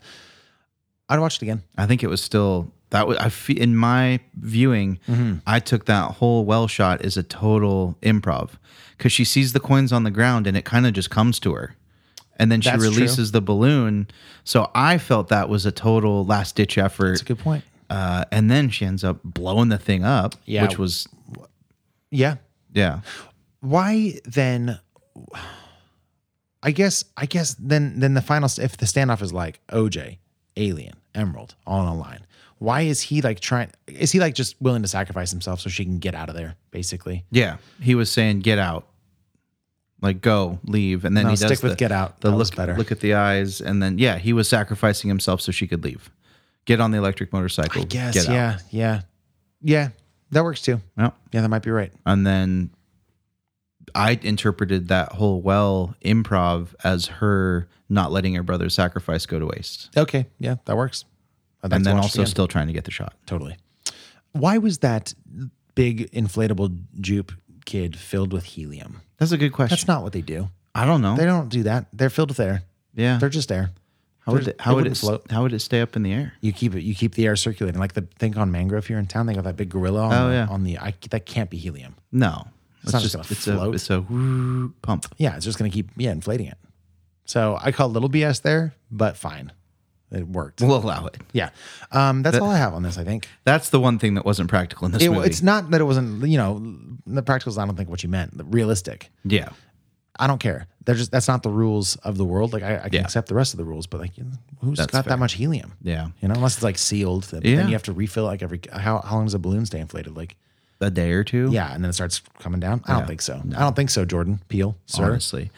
I'd watch it again. I think it was still that was I fe- in my viewing. Mm-hmm. I took that whole well shot as a total improv because she sees the coins on the ground and it kind of just comes to her, and then she That's true. releases the balloon. So I felt that was a total last ditch effort. That's a good point. Uh, and then she ends up blowing the thing up, Yeah. which was Yeah, yeah. why then i guess i guess then then the final if the standoff is like oj alien emerald all on a line why is he like trying is he like just willing to sacrifice himself so she can get out of there basically Yeah, he was saying get out, like go leave, and then No, he does stick with the- get out. The That was look better. look at the eyes, and then yeah, he was sacrificing himself so she could leave, get on the electric motorcycle, i guess get out. yeah yeah yeah that works too Yep. yeah that might be right and then I interpreted that whole well improv as her not letting her brother's sacrifice go to waste, okay yeah that works I'd like and to then watch it also again. still trying to get the shot. totally why was that big inflatable jupe kid filled with helium That's a good question. that's not what they do I don't know. They don't do that. They're filled with air. Yeah. They're just air. how would they're- it, how they would wouldn't it s- float. how would it stay up in the air? You keep it. You keep the air circulating. Like the thing on Mangrove here in town, they got that big gorilla on, Oh, the, yeah. on the. I, that can't be helium. No, it's, not just gonna it's float. a it's a whoo- pump. Yeah, it's just gonna keep yeah inflating it. So I call it little BS there, but fine, it worked. We'll allow it. yeah, um, that's all I have on this. I think That's the one thing that wasn't practical in this It- movie. it's not that it wasn't. You know, the practicals. I don't think what you meant. the Realistic. yeah, I don't care. They're just that's not the rules of the world. Like I, I can Yeah. accept the rest of the rules, but like who's That's got fair. that much helium? Yeah. you know, unless it's like sealed, then, Yeah. then you have to refill like every how how long does a balloon stay inflated? Like a day or two. yeah, and then it starts coming down. I don't think so. I don't think so, Jordan Peel, sir. honestly.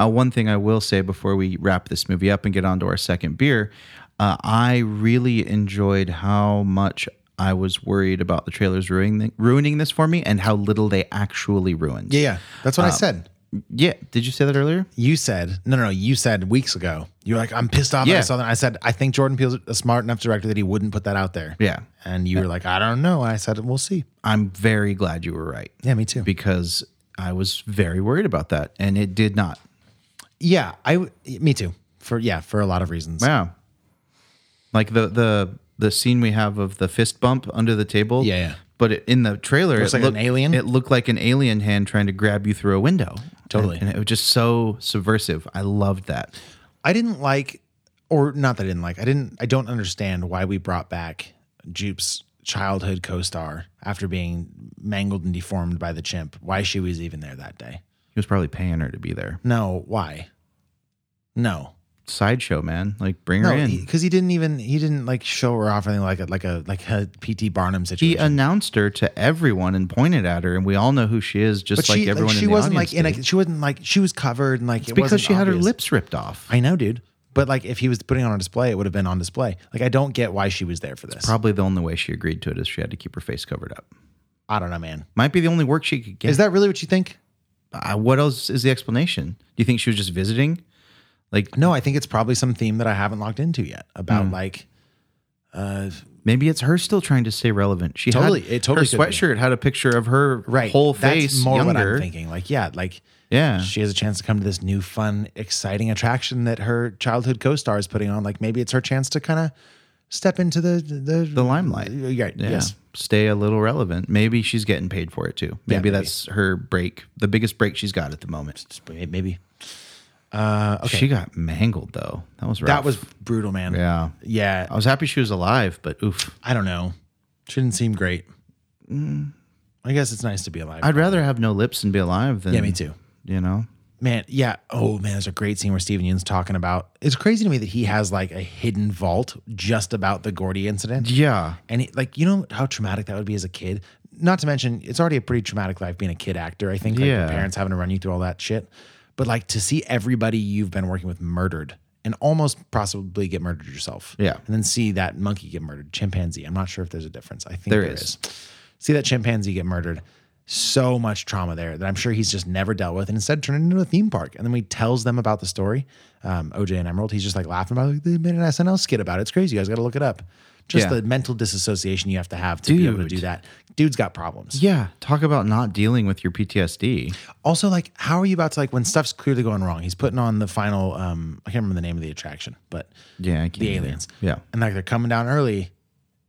Uh, one thing I will say before we wrap this movie up and get on to our second beer, uh, I really enjoyed how much I was worried about the trailers ruining ruining this for me and how little they actually ruined. Yeah, yeah, that's what Uh, I said. Yeah. Did you say that earlier? You said no, no, no. You said weeks ago. You're like, I'm pissed off. that I Yeah. saw that. I said, I think Jordan Peele's a smart enough director that he wouldn't put that out there. Yeah. and you were like, I don't know. I said, we'll see. I'm very glad you were right. Yeah, me too. Because I was very worried about that and it did not. Yeah, I. w- Me too. For yeah, for a lot of reasons. Yeah. Like the the the scene we have of the fist bump under the table. Yeah, yeah. But it, in the trailer, Looks like an alien. It looked like an alien hand trying to grab you through a window. Totally. And, and it was just so subversive. I loved that. I didn't like, or not that I didn't like. I didn't. I don't understand why we brought back Jupe's childhood co-star after being mangled and deformed by the chimp. Why she was even there that day? He was probably paying her to be there. No, why? No, Sideshow man, like bring her no, in. because he didn't even he didn't like show her off or anything like a like a like a PT Barnum he uh, situation. announced her to everyone and pointed at her, and we all know who she is, just but like she, everyone like, she in the wasn't audience. like in did. a, she wasn't like she was covered and like it It's because wasn't she had her obvious. lips ripped off. I know, dude. But like if he was putting it on a display, it would have been on display. Like I don't get why she was there for this. Probably the only way she agreed to it is she had to keep her face covered up. I don't know, man. Might be the only work she could get. Is that really what you think? uh, what else is the explanation? Do you think she was just visiting? Like No, I think it's probably some theme that I haven't locked into yet Hmm. about like uh, maybe it's her still trying to stay relevant. She Totally. had, It totally her could be. sweatshirt had a picture of her right whole face That's more younger. what I'm thinking. Like yeah, like Yeah, she has a chance to come to this new fun, exciting attraction that her childhood co-star is putting on. Like maybe it's her chance to kind of step into the the, the limelight. Right, Yeah. Uh, Yes. Stay a little relevant. Maybe she's getting paid for it too. Maybe maybe. that's her break, the biggest break she's got at the moment. Maybe Uh, She got mangled though. That was rough. that was brutal, man. yeah. Yeah. I was happy she was alive, but oof. I don't know. She didn't seem great. I guess it's nice to be alive. Mm. I'd rather have no lips and be alive than Yeah, me too. You know, Man, yeah. Oh man, there's a great scene where Steven Yeun's talking about. It's crazy to me that he has like a hidden vault just about the Gordy incident. yeah, And it, like, you know how traumatic that would be as a kid? Not to mention, it's already a pretty traumatic life being a kid actor. I think like, Yeah. your parents having to run you through all that shit. But like to see everybody you've been working with murdered and almost possibly get murdered yourself. Yeah. And then see that monkey get murdered, chimpanzee. I'm not sure if there's a difference. I think There there is. is. See that chimpanzee get murdered. So much trauma there that I'm sure he's just never dealt with and instead turned it into a theme park. And then when he tells them about the story, um, OJ and Emerald, he's just like laughing about it. Like, they made an SNL skit about it. It's crazy. You guys got to look it up. Just Yeah. the mental disassociation you have to have to be able to do Dude. that. Dude's got problems. yeah. Talk about not dealing with your PTSD. Also, like, how are you about to like when stuff's clearly going wrong? He's putting on the final. Um, I can't remember the name of the attraction, but Yeah, I can't the either. aliens. Yeah. and like they're coming down early.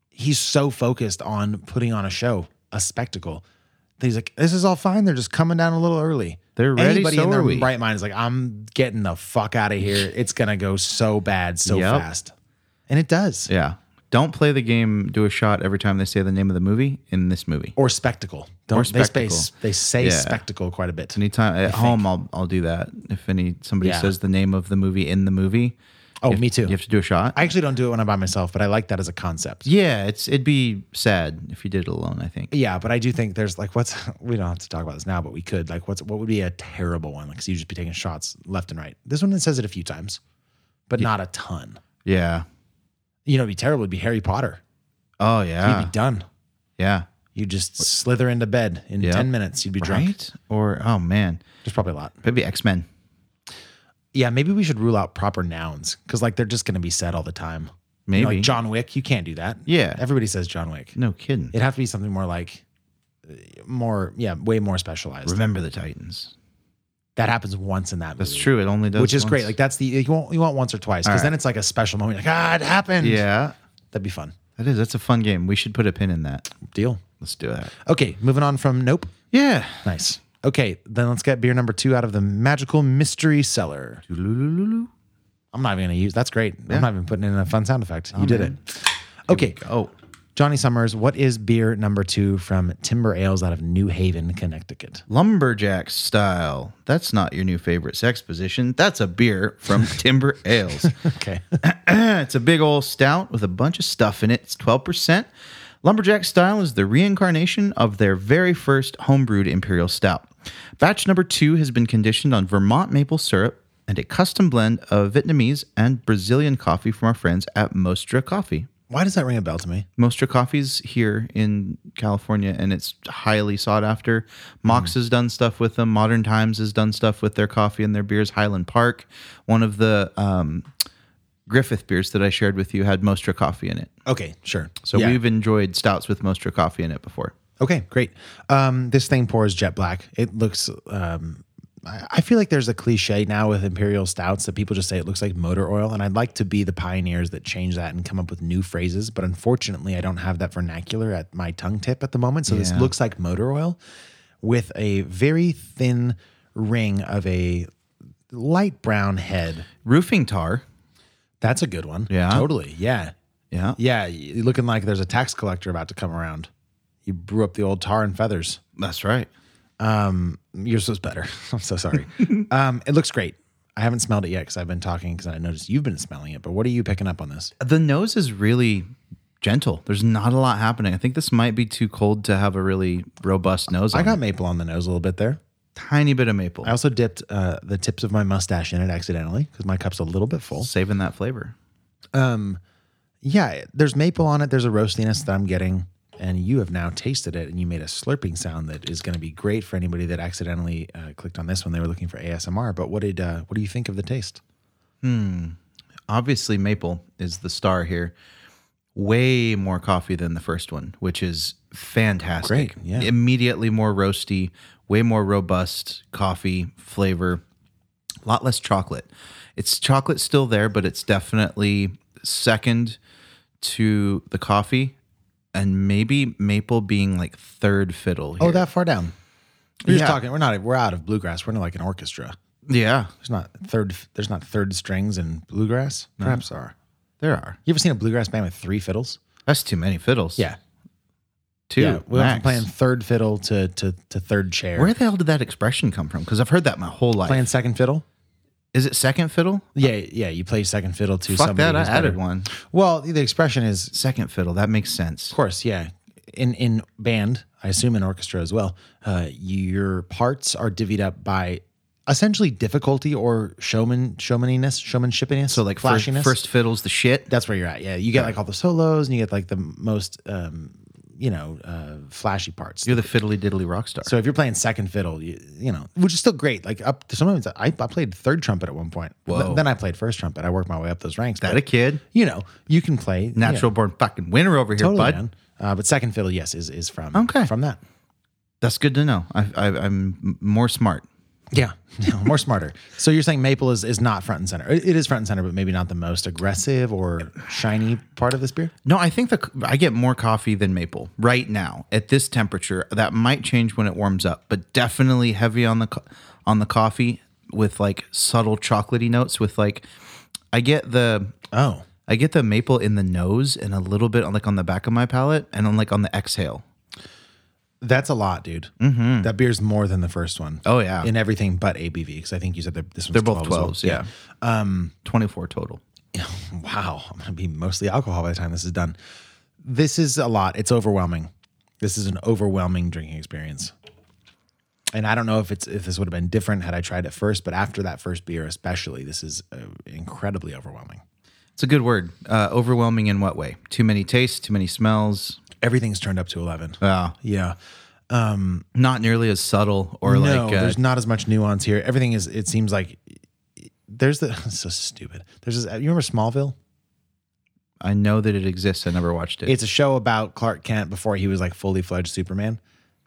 He's so focused on putting on a show, a spectacle. that He's like, this is all fine. They're just coming down a little early. They're ready, Anybody so in are their we. right mind is like, I'm getting the fuck out of here. It's gonna go so bad, so Yep. fast, and it does. Yeah. Don't play the game, do a shot every time they say the name of the movie in this movie. Or spectacle. Don't They, space, spectacle. they say Yeah. spectacle quite a bit. Anytime at home, I'll, I'll do that. If any somebody Yeah. says the name of the movie in the movie, Oh, you have- me too. You have to do a shot. I actually don't do it when I'm by myself, but I like that as a concept. yeah, it's it'd be sad if you did it alone. I think. Yeah, but I do think there's like what's we don't have to talk about this now, but we could like what's what would be a terrible one? Like 'cause you'd just be taking shots left and right. This one says it a few times, but not a ton. Yeah. You know, it'd be terrible. It'd be Harry Potter. Oh You'd yeah. be done. yeah. You would just slither into bed in Yeah. ten minutes. You'd be drunk. Right? Or oh man, There's probably a lot. maybe X Men. Yeah, maybe we should rule out proper nouns because like they're just gonna be said all the time. You know, Maybe. like John Wick. You can't do that. Yeah. everybody says John Wick. No kidding. It'd have to be something more like, uh, more yeah, way more specialized. Remember the Titans. That happens once in that. That's movie. true. It only does. which is great. once. Like that's the you want you want once or twice because All then it's like a special moment. You're like ah, it happened. yeah, that'd be fun. that is. That's a fun game. We should put a pin in that. Deal. Let's do that. Okay, moving on from Nope. Yeah. Nice. Okay, then let's get beer number two out of the magical mystery cellar. I'm not even gonna use. That's great. I'm not even putting in a fun sound effect. You did it. Okay, Oh, Johnny Summers. What is beer number two from Timber Ales out of New Haven, Connecticut? lumberjack style. That's not your new favorite sex position. That's a beer from Timber Ales. Okay, It's a big old stout with a bunch of stuff in it. It's 12%. Lumberjack Style is the reincarnation of their very first homebrewed Imperial Stout. Batch number two has been conditioned on Vermont maple syrup and a custom blend of Vietnamese and Brazilian coffee from our friends at Mostra Coffee. why does that ring a bell to me? Mostra Coffee's here in California and it's highly sought after. Mox Mm-hmm. has done stuff with them. Modern Times has done stuff with their coffee and their beers. Highland Park, one of the um, Griffith beers that I shared with you, had Mostra Coffee in it. Okay, sure. So Yeah. we've enjoyed stouts with Mostra Coffee in it before. Okay, great. Um, this thing pours jet black. It looks. Um, I I feel like there's a cliche now with imperial stouts that people just say it looks like motor oil, and I'd like to be the pioneers that change that and come up with new phrases. But unfortunately, I don't have that vernacular at my tongue tip at the moment. So this Yeah. looks like motor oil with a very thin ring of a light brown head. Roofing tar. That's a good one. Yeah. totally. Yeah, Yeah. yeah. You're looking like there's a tax collector about to come around. You brew up the old tar and feathers. That's right. Yours was better. I'm so sorry. um, it looks great. I haven't smelled it yet because I've been talking because I noticed you've been smelling it. But what are you picking up on this? The nose is really gentle. There's not a lot happening. I think this might be too cold to have a really robust nose. I on got it. maple on the nose a little bit there. tiny bit of maple. I also dipped uh, the tips of my mustache in it accidentally because my cup's a little bit full. saving that flavor. Yeah, there's maple on it. There's a roastiness that I'm getting, and you have now tasted it, and you made a slurping sound that is going to be great for anybody that accidentally uh, clicked on this when they were looking for ASMR. But what did uh, what do you think of the taste? obviously maple is the star here. Way more coffee than the first one, which is fantastic. Great, yeah. Immediately more roasty, way more robust coffee flavor. A lot less chocolate. It's chocolate still there, but it's definitely second to the coffee and maybe maple being like third fiddle. Oh, here. that far down. We're just Yeah. talking. We're not. We're out of bluegrass. We're in like an orchestra. yeah, There's not third. There's not third strings in bluegrass. Perhaps there are. there are. You ever seen a bluegrass band with three fiddles? That's too many fiddles. too. yeah, we went from Max. playing third fiddle to to, to third chair. Where the hell did that expression come from? Because I've heard that my whole life. playing second fiddle. Is it second fiddle? Yeah, yeah. You play second fiddle to Uh, Fuck somebody. that! I who's added better. one. Well, the expression is Second fiddle. That makes sense. Of course, yeah. In in band, I assume in orchestra as well, uh, your parts are divvied up by essentially difficulty or showman showmaniness, showmanshipiness. So like first, flashiness. first fiddle's the shit. that's where you're at. Yeah, you get like all the solos, and you get like the most, um, you know, uh, flashy parts. You're the fiddly diddly rock star. so if you're playing second fiddle, you, you know, which is still great. Like up to sometimes I, I played third trumpet at one point. Whoa. Th- then I played first trumpet. I worked my way up those ranks. that but, a kid? you know, you can play you know, Natural born fucking winner over here, totally bud. man. Uh, but second fiddle, yes, is is from Okay. from that. That's good to know. I, I, I'm m- more smart. Yeah, yeah, more smarter. So you're saying maple is, is not front and center. It it is front and center, but maybe not the most aggressive or shiny part of this beer. No, I think the c- I get more coffee than maple right now at this temperature. That might change when it warms up, but definitely heavy on the co- on the coffee with like subtle chocolatey notes. With like, I get the Oh, I get the maple in the nose and a little bit on like on the back of my palate and on like on the exhale. that's a lot, dude. Mm-hmm. That beer's more than the first one. Oh, yeah. in everything but ABV because I think you said that this one's They're both 12 as well. twelves, yeah. Um, twenty four total. Wow, I'm gonna be mostly alcohol by the time this is done. This is a lot. It's overwhelming. This is an overwhelming drinking experience. And I don't know if it's if this would have been different had I tried it first, but after that first beer, especially, this is uh, incredibly overwhelming. It's a good word. Uh, overwhelming in what way? Too many tastes, too many smells. Everything's turned up to eleven. Uh, Yeah. not nearly as subtle or no, like uh, there's not as much nuance here. Everything is. It seems like there's the it's so stupid. There's this, you remember Smallville? I know that it exists. I never watched it. It's a show about Clark Kent before he was like fully fledged Superman.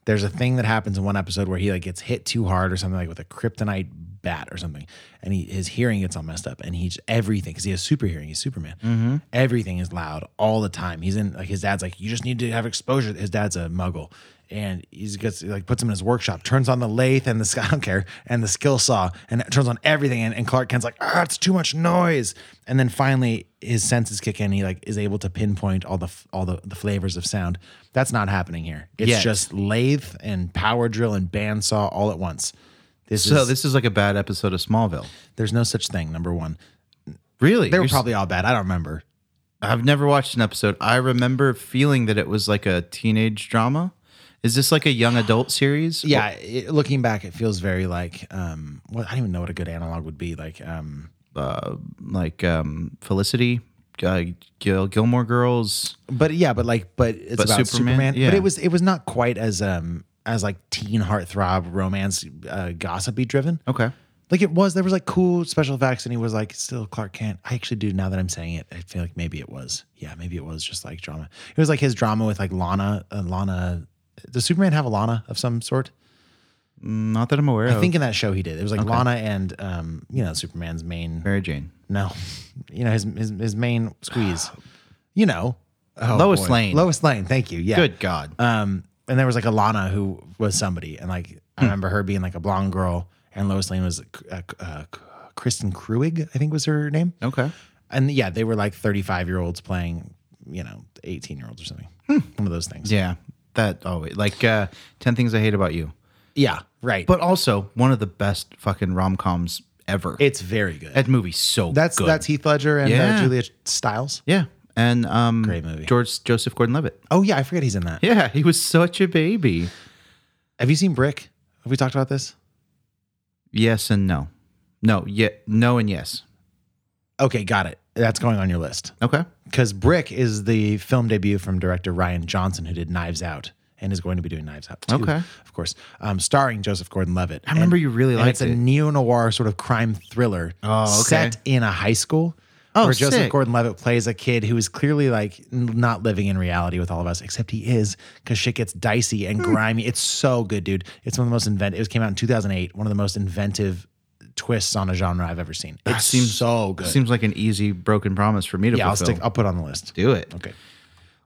There's a thing that happens in one episode where he like gets hit too hard or something like with a kryptonite bat or something, and he his hearing gets all messed up, and he's everything because he has super hearing. He's Superman. Mm-hmm. Everything is loud all the time. He's in like his dad's like you just need to have exposure. His dad's a muggle, and he gets like puts him in his workshop, turns on the lathe and the sk- I don't care and the skill saw, and it turns on everything. And, and Clark Kent's like, ah, it's too much noise. And then finally, his senses kick in. He like is able to pinpoint all the f- all the, the flavors of sound. That's not happening here. It's Yet. just lathe and power drill and bandsaw all at once. This so is this is like a bad episode of Smallville. there's no such thing. Number one, Really? they were You're s- probably all bad. I don't remember. I've never watched an episode. I remember feeling that it was like a teenage drama. Is this like a young adult series? Yeah, it, looking back, it feels very like um, what I don't even know what a good analog would be like. Um, Like um, Felicity, uh, Gil- Gilmore Girls. But yeah, but like, but it's But about Superman, Superman. yeah. But it was it was not quite as um as like teen heartthrob romance uh, gossipy driven. Okay. Like it was, there was like cool special effects, and he was like still Clark Kent. I actually do now that I'm saying it. I feel like maybe it was, yeah, maybe it was just like drama. It was like his drama with like Lana. Uh, Lana, does Superman have a Lana of some sort? Not that I'm aware of. I think in that show he did. It was like Lana and um, you know, Superman's main Mary Jane. no, you know his his, his main squeeze. You know, Oh, Lois Lane. Lois Lane. Thank you. Yeah. Good God. Um, and there was like Alana who was somebody, and like I remember her being like a blonde girl, and Lois Lane was uh, uh, Kristen Kruig, I think was her name. okay. And yeah, they were like thirty-five year olds playing, you know, eighteen-year-olds or something. One of those things. Yeah. That always like uh, Ten Things I Hate About You. Yeah. Right. But also one of the best fucking rom coms ever. it's very good. that movie's so that's good. that's Heath Ledger and Yeah. uh, Julia Stiles. yeah. And um, Great movie. George Joseph Gordon Levitt. Oh yeah, I forget he's in that. Yeah, he was such a baby. Have you seen Brick? Have we talked about this? Yes and no. No, yeah, no and yes. Okay, got it. That's going on your list. Okay. Because Brick is the film debut from director Ryan Johnson, who did Knives Out and is going to be doing Knives Out too, Okay. of course, um, starring Joseph Gordon-Levitt. I remember you really liked It's it. a neo-noir sort of crime thriller Oh, okay. set in a high school. Oh, where Joseph sick. Gordon-Levitt plays a kid who is clearly like n- not living in reality with all of us, except he is because shit gets dicey Hmm. and grimy. It's so good, dude. It's one of the most inventive. It came out in 2008. One of the most inventive twists on a genre I've ever seen. It seems so good. Seems like an easy broken promise for me to yeah, I'll fulfill. stick. I'll put it on the list. Do it. Okay.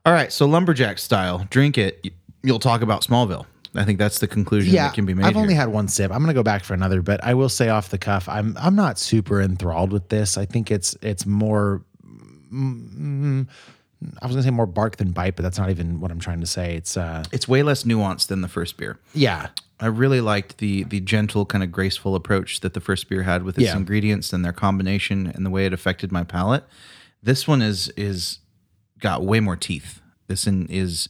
All right. So lumberjack style, drink it. y- You'll talk about Smallville. I think that's the conclusion Yeah, that can be made. I've only here. had one sip. I'm gonna go back for another, but I will say off the cuff, I'm I'm not super enthralled with this. I think it's it's more mm, I was gonna say more bark than bite, but that's not even what I'm trying to say. It's uh, It's way less nuanced than the first beer. yeah, I really liked the the gentle kind of graceful approach that the first beer had with its Yeah. ingredients and their combination and the way it affected my palate. This one is is got way more teeth. This one is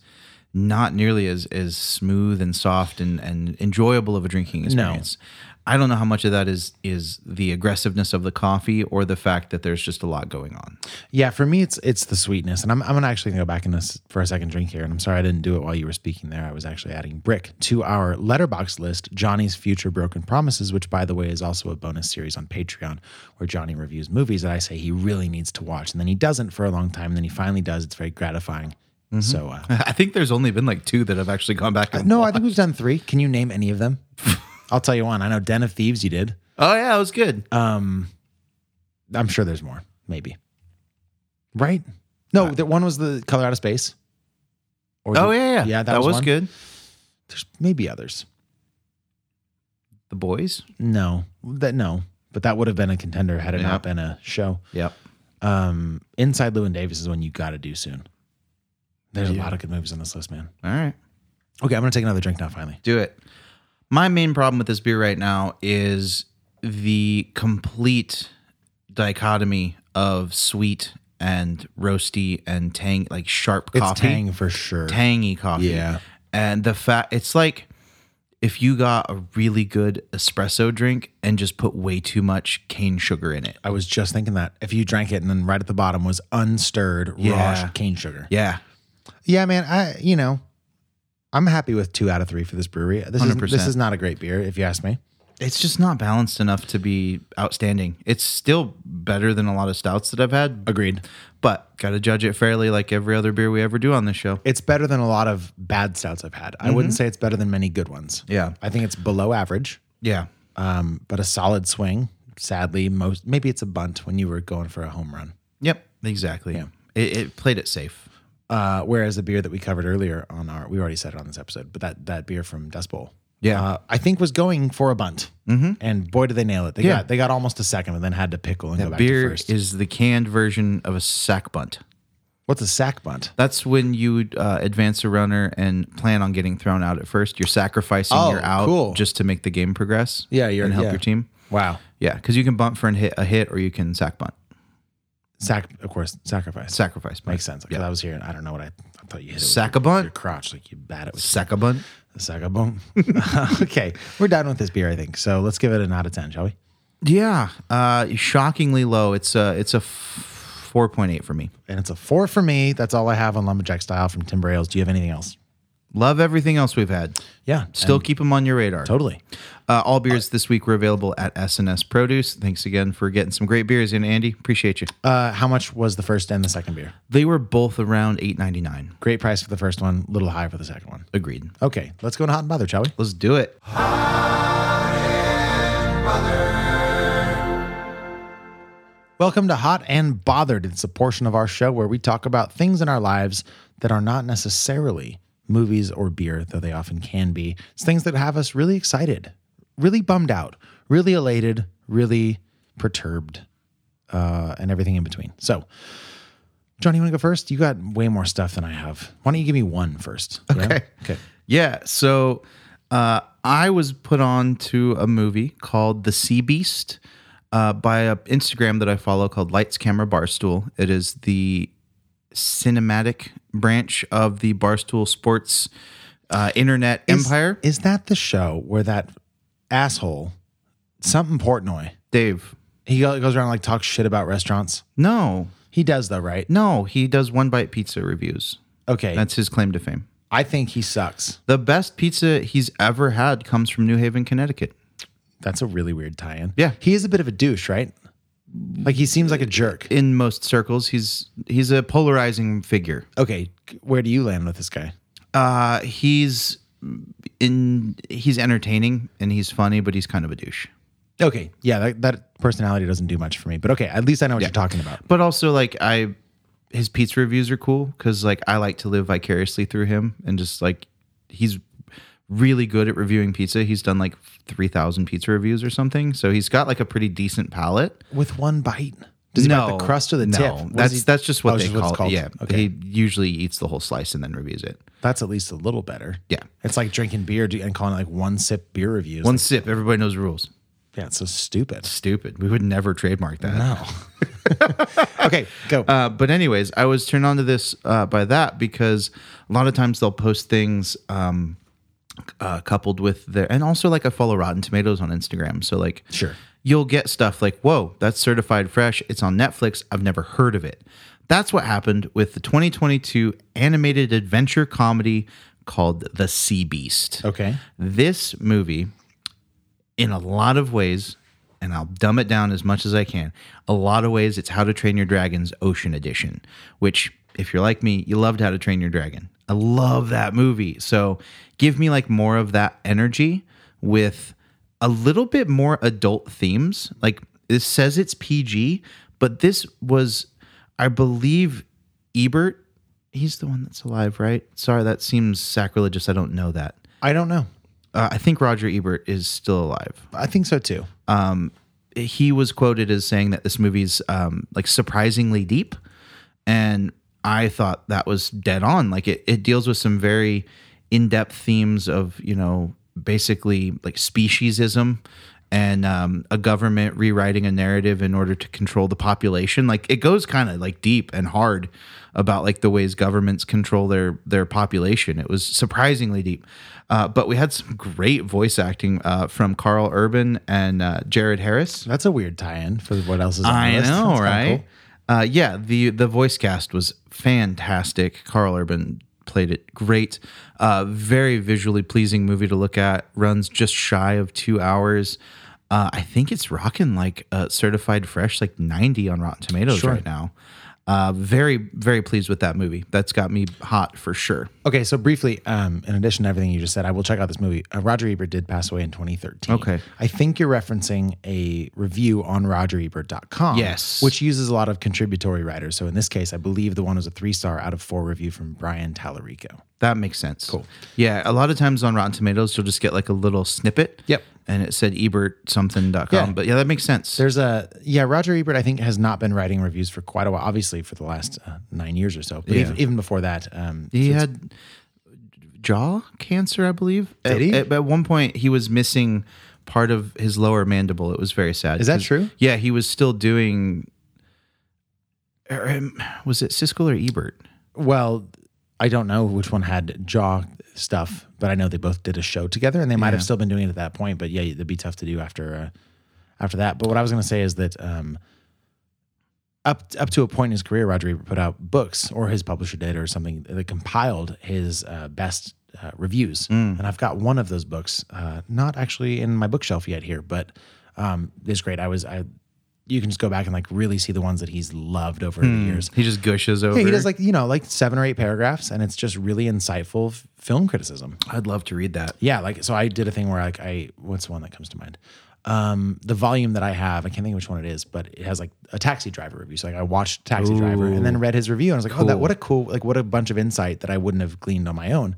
not nearly as as smooth and soft and and enjoyable of a drinking experience. I don't know how much of that is is the aggressiveness of the coffee or the fact that there's just a lot going on. yeah. For me, it's it's the sweetness, and I'm I'm gonna actually go back in this for a second drink here. And I'm sorry I didn't do it while you were speaking there. I was actually adding brick to our letterbox list. Johnny's future broken promises, which by the way is also a bonus series on Patreon, where Johnny reviews movies that I say he really needs to watch, and then he doesn't for a long time, and then he finally does. It's very gratifying. So uh, I think there's only been like two that have actually gone back. And No, I think we've done three. Can you name any of them? I'll tell you one. I know Den of Thieves you did. Oh yeah, it was good. Um, I'm sure there's more, maybe. Right? No, that one was the Color Out of Space. Or Uh, oh the- yeah, yeah, Yeah, that, was, one. good. There's maybe others. The boys. No. That no. But that would have been a contender had it Yeah. not been a show. Yep. Um Inside Lewin Davis is one you gotta do soon. There's a lot of good movies on this list, man. All right. Okay, I'm gonna take another drink now finally. Do it. My main problem with this beer right now is the complete dichotomy of sweet and roasty and tang, like sharp It's coffee, Tang for sure. tangy coffee. Yeah. and the fact it's like if you got a really good espresso drink and just put way too much cane sugar in it. I was just thinking that if you drank it and then right at the bottom was unstirred raw Yeah. sh- cane sugar. Yeah, Yeah, man. I you know, I'm happy with two out of three for this brewery. This is 100%. this is not a great beer, if you ask me. it's just not balanced enough to be outstanding. It's still better than a lot of stouts that I've had. Agreed. But gotta judge it fairly, like every other beer we ever do on this show. It's better than a lot of bad stouts I've had. I wouldn't say it's better than many good ones. Mm-hmm. Yeah. I think it's below average, Yeah. um, but a solid swing. Sadly, most maybe it's a bunt when you were going for a home run. Yep. Exactly. It, it played it safe. Uh, whereas the beer that we covered earlier on our we already said it on this episode, but that that beer from Dust Bowl, Yeah. uh, I think was going for a bunt, mm-hmm. and boy did they nail it. They Yeah. got they got almost a second, and then had to pickle and go back to Beer first. is the canned version of a sack bunt. What's a sack bunt? That's when you uh, advance a runner and plan on getting thrown out at first. You're sacrificing Oh, your out cool. just to make the game progress. Yeah, you're- and help yeah. your team. Wow, Yeah, because you can bunt for an hit, a hit, or you can sack bunt. sac of course sacrifice Sacrifice bunt. makes sense because Yeah. I was here and I don't know what I, I thought you hit it with Sack your- a bunt? your crotch like you bat it with Sack a bunt. sack a boom okay we're done with this beer I think so let's give it an out of ten shall we Yeah. Uh, shockingly low. It's a it's a f- four point eight for me. and it's a four for me that's all I have on lumberjack style from Timber Ales do you have anything else Love everything else we've had. yeah Still and- keep them on your radar. totally Uh, all beers this week were available at SNS Produce. Thanks again for getting some great beers in, Andy. Appreciate you. uh, how much was the first and the second beer They were both around eight ninety nine. great price for the first one little high for the second one Agreed. okay let's go to hot and bothered shall we Let's do it. Welcome to Hot and Bothered. It's a portion of our show where we talk about things in our lives that are not necessarily movies or beer, though they often can be. It's things that have us really excited, really bummed out, really elated, really perturbed, uh, and everything in between. So, Johnny, you want to go first? You got way more stuff than I have. Why don't you give me one first? yeah? Okay. Okay. Yeah. So uh, I was put on to a movie called The Sea Beast uh, by an Instagram that I follow called Lights Camera Barstool. It is the cinematic branch of the Barstool Sports uh, internet Is- empire. Is that the show where that asshole, something Portnoy, Dave. he go- goes around and, like talks shit about restaurants? No, He does though, right? no, he does one bite pizza reviews. Okay. That's his claim to fame. I think he sucks. The best pizza he's ever had comes from New Haven, Connecticut. That's a really weird tie-in. Yeah. He is a bit of a douche, right? Like he seems like a jerk. In most circles, he's he's a polarizing figure. Okay, where do you land with this guy? Uh, he's in he's entertaining and he's funny, but he's kind of a douche. Okay, yeah, that, that personality doesn't do much for me. But okay, at least I know what you're talking about. But also, like I, his pizza reviews are cool because like I like to live vicariously through him and just like he's really good at reviewing pizza. He's done like three thousand pizza reviews or something, so he's got like a pretty decent palate. With one bite, Does he bite the crust or the no. tip? What does That's he- that's just what Oh, they it's just call what it's it. Yeah, called. Okay. he usually eats the whole slice and then reviews it. That's at least a little better. Yeah. It's like drinking beer do- and calling it like one sip beer reviews. One Like, sip, everybody knows the rules. yeah, it's so stupid. Stupid. We would never trademark that. No. okay, go. Uh, but anyways, I was turned on to this uh, by that because a lot of times they'll post things um, uh, coupled with their, and also like I follow Rotten Tomatoes on Instagram, so like Sure. you'll get stuff like whoa, that's certified fresh. It's on Netflix. I've never heard of it. That's what happened with the 2022 animated adventure comedy called The Sea Beast. okay. This movie, in a lot of ways, and I'll dumb it down as much as I can, a lot of ways it's How to Train Your Dragon's Ocean Edition, which, if you're like me, you loved How to Train Your Dragon. I love that movie. So give me like more of that energy with a little bit more adult themes. Like it says it's PG, but this was, I believe, Ebert. He's the one that's alive, right? Sorry, that seems sacrilegious. I don't know that I don't know. uh, I think Roger Ebert is still alive. I think so too. He was quoted as saying that this movie's um, like surprisingly deep, and I thought that was dead on. Like it, it deals with some very in-depth themes of you know basically like speciesism and um, a government rewriting a narrative in order to control the population. Like it goes kind of like deep and hard about like the ways governments control their their population. It was surprisingly deep, uh, but we had some great voice acting uh, from Carl Urban and uh, Jared Harris. That's a weird tie-in for what else is on I the list. That's know, kinda right? cool. Uh, yeah, the the voice cast was fantastic. Carl Urban played it great. Uh, very visually pleasing movie to look at. Runs just shy of two hours. Uh, I think it's rocking like uh, certified fresh, like ninety on Rotten Tomatoes Sure. right now. Uh, very very pleased with that movie. That's got me hot for sure. Okay, so briefly, um, in addition to everything you just said, I will check out this movie. Uh, Roger Ebert did pass away in 2013. Okay. I think you're referencing a review on RogerEbert.com. Yes. Which uses a lot of contributory writers. So in this case, I believe the one was a three star out of four review from Brian Tallarico. That makes sense. Cool. Yeah, a lot of times on Rotten Tomatoes, you'll just get like a little snippet. Yep. And it said Ebert something.com. Yeah. But yeah, that makes sense. There's a yeah. Roger Ebert, I think, has not been writing reviews for quite a while. Obviously, for the last uh, nine years or so, but Yeah. even, even before that, um, He had jaw cancer, I believe. Did at, he? At, at one point, he was missing part of his lower mandible. It was very sad. Is that 'Cause- true? Yeah, he was still doing. or, um, Was it Siskel or Ebert? well, I don't know which one had jaw stuff, but I know they both did a show together, and they might have still been doing it at that point. But yeah, it'd be tough to do after uh, after that. But what I was going to say is that um, up up to a point in his career, Roger Ebert put out books, or his publisher did, or something that compiled his uh, best uh, reviews. And I've got one of those books, uh, not actually in my bookshelf yet here, but um, it's great. I was I. You can just go back and like really see the ones that he's loved over the years. He just gushes over. Yeah, he does like you know like seven or eight paragraphs, and it's just really insightful f- film criticism. I'd love to read that. Yeah, like so I did a thing where like I what's the one that comes to mind? Um, the volume that I have, I can't think of which one it is, but it has like a taxi driver review. So like I watched Taxi Driver and then read his review, and I was like, oh, that what a cool like what a bunch of insight that I wouldn't have gleaned on my own.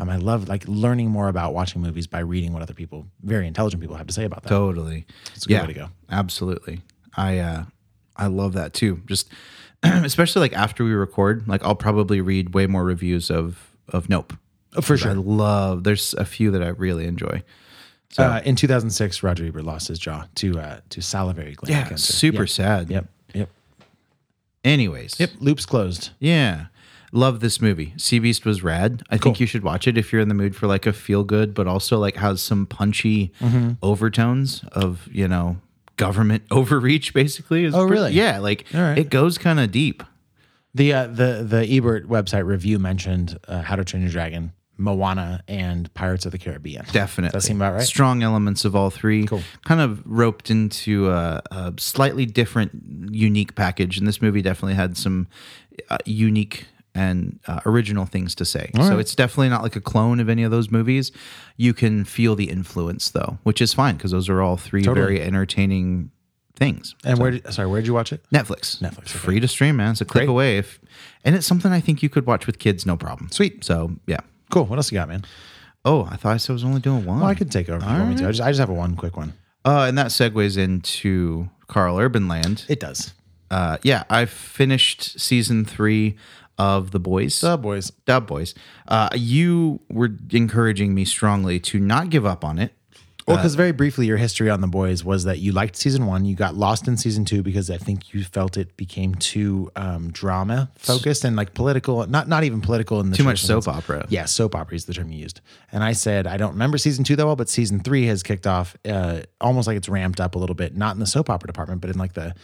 Um, I love like learning more about watching movies by reading what other people, very intelligent people, have to say about that. Totally. It's a good way to go. Absolutely. I uh I love that too. Just especially like after we record, like I'll probably read way more reviews of of Nope. Oh, For sure. I love there's a few that I really enjoy. uh, in 2006, Roger Ebert lost his jaw to uh, to salivary gland cancer. Super Yep. sad. Yep. Yep. Anyways. Yep. Loops closed. Yeah. Love this movie. Sea Beast was rad. I think you should watch it if you're in the mood for like a feel good, but also like has some punchy Mm-hmm. overtones of, you know, government overreach basically. Is Oh, really? Yeah. Like All right. it goes kind of deep. The uh, the the Ebert website review mentioned uh, How to Train Your Dragon, Moana, and Pirates of the Caribbean. Definitely. Does that seem about right? Strong elements of all three. Cool. Kind of roped into a, a slightly different, unique package. And this movie definitely had some uh, unique and uh, original things to say. so it's definitely not like a clone of any of those movies. You can feel the influence, though, which is fine because those are all three very entertaining things. And where? Did, sorry, where did you watch it? Netflix. Netflix, okay. Free to stream, man. It's a click Great. away. If, and it's something I think you could watch with kids, no problem. Sweet. So, yeah. Cool. What else you got, man? Oh, I thought I said I was only doing one. Well, I could take over if you want me to. I just I just have a one quick one. Uh, and that segues into Carl Urban Land. It does. uh, yeah, I finished season three of The Boys. The Boys. Dub Boys. Uh, you were encouraging me strongly to not give up on it. Uh, Well, because very briefly, your history on The Boys was that you liked season one, you got lost in season two because I think you felt it became too um, drama focused and like political, not not even political in the Too much traditional soap sense. opera. Yeah, soap opera is the term you used. And I said I don't remember season two that well, but season three has kicked off uh, almost like it's ramped up a little bit, not in the soap opera department, but in like the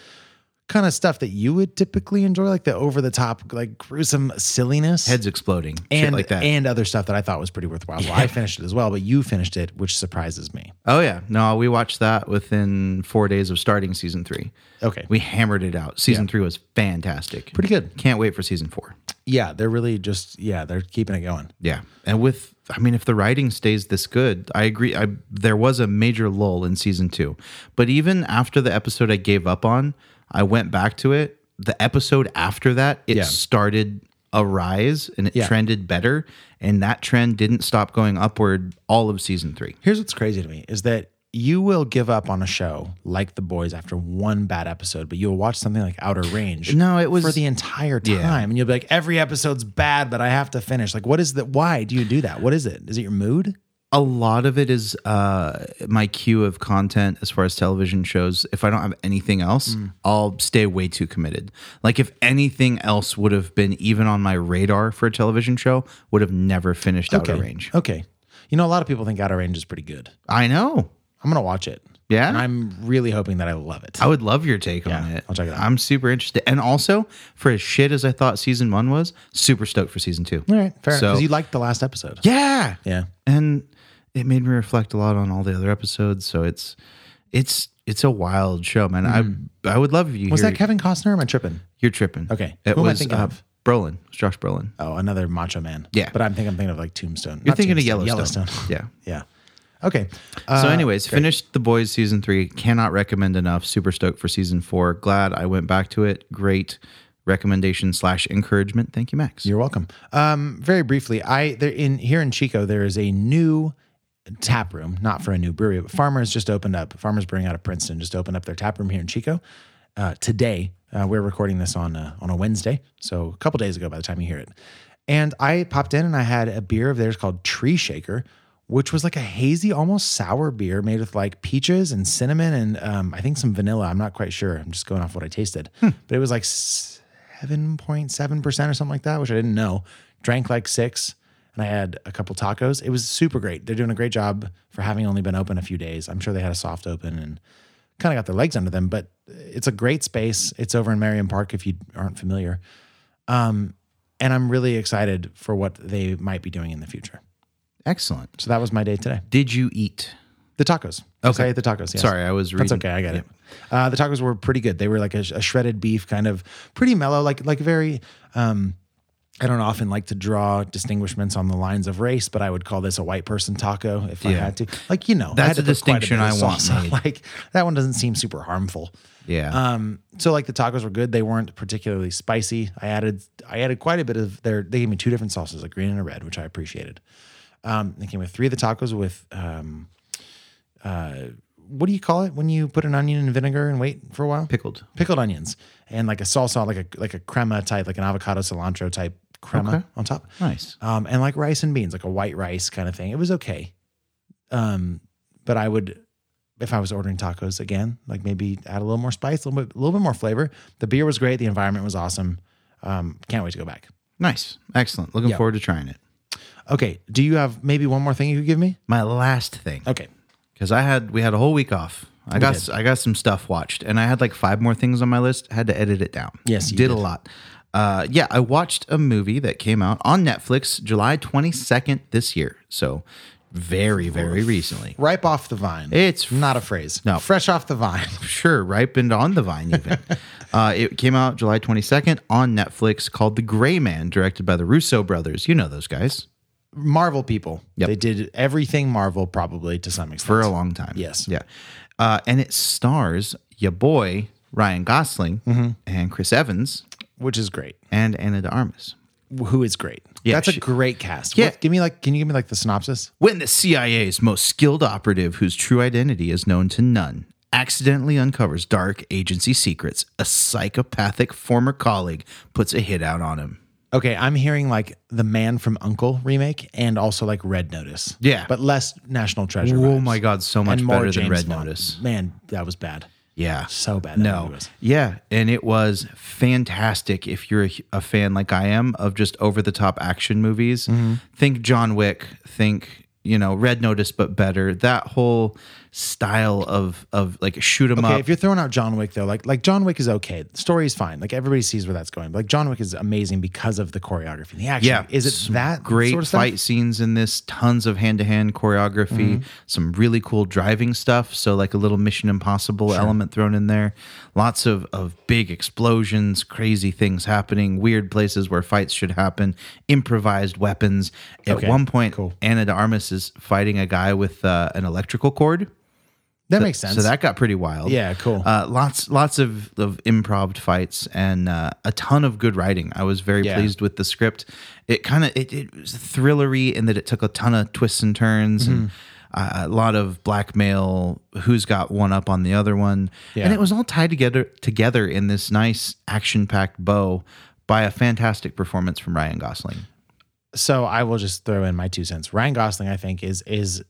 kind of stuff that you would typically enjoy, like the over the top, like gruesome silliness Heads exploding. shit and like that. and other stuff that I thought was pretty worthwhile. Well, I finished it as well, but you finished it, which surprises me. oh, yeah. No, we watched that within four days of starting season three. Okay. We hammered it out. Season three was fantastic. Pretty good. Can't wait for season four. Yeah, they're really just yeah, they're keeping it going. Yeah. And with, I mean, if the writing stays this good, I agree. I, there was a major lull in season two. But even after the episode I gave up on, I went back to it. The episode after that, it Yeah. started a rise and it Yeah. trended better. And that trend didn't stop going upward all of season three. Here's what's crazy to me is that you will give up on a show like The Boys after one bad episode, but you'll watch something like Outer Range. No, it was- for the entire time, and you'll be like, every episode's bad, but I have to finish. Like, what is that? Why do you do that? What is it? Is it your mood? a lot of it is uh, my queue of content as far as television shows. If I don't have anything else, Mm. I'll stay way too committed. Like if anything else would have been even on my radar for a television show, would have never finished Outer Range. Okay, you know, a lot of people think Outer Range is pretty good. I know. I'm gonna watch it. Yeah? Oh. and I'm really hoping that I love it. I would love your take on Yeah, it. I'll check it out. I'm super interested. And also, for as shit as I thought season one was, super stoked for season two. All right, fair. So- Because you liked the last episode. Yeah. yeah. and it made me reflect a lot on all the other episodes. So it's it's it's a wild show, man. I I would love if you. Hmm. Was hear- that Kevin Costner? Or am I tripping? You're tripping. Okay. it Who am I was thinking uh, of? Brolin. It was Josh Brolin. Oh, another Macho Man. Yeah. but I'm thinking I'm thinking of like Tombstone. You're Not thinking of Tombstone, Yellowstone. yeah. Yeah. Okay. So, Uh, anyways, great. finished The Boys season three. Cannot recommend enough. Super stoked for season four. Glad I went back to it. Great recommendation slash encouragement. Thank you, Max. You're welcome. Um, very briefly, I there in here in Chico there is a new tap room, not for a new brewery, but Farmers just opened up. Farmers Brewing out of Princeton just opened up their tap room here in Chico uh, today. Uh, we're recording this on uh, on a Wednesday, so a couple days ago by the time you hear it. And I popped in and I had a beer of theirs called Tree Shaker, which was like a hazy, almost sour beer made with like peaches and cinnamon and um, I think some vanilla. I'm not quite sure. I'm just going off what I tasted, but it was like seven point seven percent or something like that, which I didn't know. Drank like six, and I had a couple tacos. It was super great. They're doing a great job for having only been open a few days. I'm sure they had a soft open and kind of got their legs under them, but it's a great space. It's over in Marion Park if you aren't familiar. Um, and I'm really excited for what they might be doing in the future. Excellent. So that was my day today. Did you eat? The tacos. Okay. the tacos. Yes. Sorry, I was That's reading. okay. I got it. Uh, the tacos were pretty good. They were like a, a shredded beef, kind of pretty mellow, like like very. Um, I don't often like to draw distinguishments on the lines of race, but I would call this a white person taco if I Yeah. had to. Like you know, I That's had to a put quite distinction bit of I want sauce on. made. Like that one doesn't seem super harmful. Yeah. Um, so like the tacos were good. They weren't particularly spicy. I added I added quite a bit of their. They gave me two different sauces, a green and a red, which I appreciated. Um, they came with three of the tacos with um, uh, what do you call it when you put an onion in vinegar and wait for a while? Pickled. pickled onions and like a salsa, like a like a crema type, like an avocado cilantro type crema Okay. on top. Nice. Um, and like rice and beans, like a white rice kind of thing. It was okay. Um, but I would, if I was ordering tacos again, like maybe add a little more spice, a little bit, a little bit more flavor. The beer was great. The environment was awesome. Um, can't wait to go back. Nice. Excellent. Looking Yeah. forward to trying it. Okay. Do you have maybe one more thing you could give me? My last thing. Okay. because I had we had a whole week off. I got did. I got some stuff watched, and I had like five more things on my list. Had to edit it down. Yes, you did, a did. lot. Uh, yeah, I watched a movie that came out on Netflix July twenty second this year. So very very recently. Ripe off the vine. It's not a phrase. No. Fresh off the vine. sure ripened on the vine even uh, it came out july 22nd on netflix called the gray man directed by the russo brothers you know those guys Marvel people. Yep. They did everything Marvel probably to some extent. for a long time. Yes. Yeah. Uh, and it stars your boy Ryan Gosling Mm-hmm. and Chris Evans which is great. and Anna de Armas. Who is great? Yeah, That's a she- great cast. Yeah. What- give me like, can you give me like the synopsis? When the CIA's most skilled operative, whose true identity is known to none, accidentally uncovers dark agency secrets. A psychopathic former colleague puts a hit out on him. Okay, I'm hearing like the Man from Uncle remake and also like Red Notice. Yeah. But less National Treasure. Oh vibes. my God, so much And more better than James Red Bond. Notice. Man, that was bad. Yeah. So bad. that No. movie was. Yeah. And it was fantastic if you're a, a fan like I am of just over the top action movies. Mm-hmm. Think John Wick, think, you know, Red Notice, but better. That whole style of, of like shoot 'em Okay, up. if you're throwing out John Wick though, like like John Wick is okay. The story is fine. Like everybody sees where that's going. But like John Wick is amazing because of the choreography and the action. yeah. Is it some that great sort of stuff? fight scenes in this? Tons of hand to hand choreography, Mm-hmm. some really cool driving stuff. So, like a little Mission Impossible element thrown in there. Lots of, of big explosions, crazy things happening, weird places where fights should happen, improvised weapons. At Okay, one point, cool. Anna de Armas is fighting a guy with uh, an electrical cord. That makes sense. So that got pretty wild. Yeah, cool. Uh, lots, lots of of improv fights and uh, a ton of good writing. I was very Yeah. pleased with the script. It kind of it, it was thrillery in that it took a ton of twists and turns and Mm-hmm. uh, a lot of blackmail. Who's got one up on the other one? Yeah. And it was all tied together together in this nice action packed bow by a fantastic performance from Ryan Gosling. so I will just throw in my two cents. Ryan Gosling, I think, is is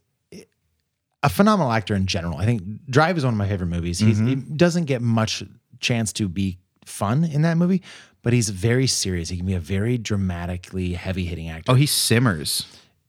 a phenomenal actor in general. I think Drive is one of my favorite movies. He's, He doesn't get much chance to be fun in that movie, but he's very serious. He can be a very dramatically heavy hitting actor. Oh, he simmers.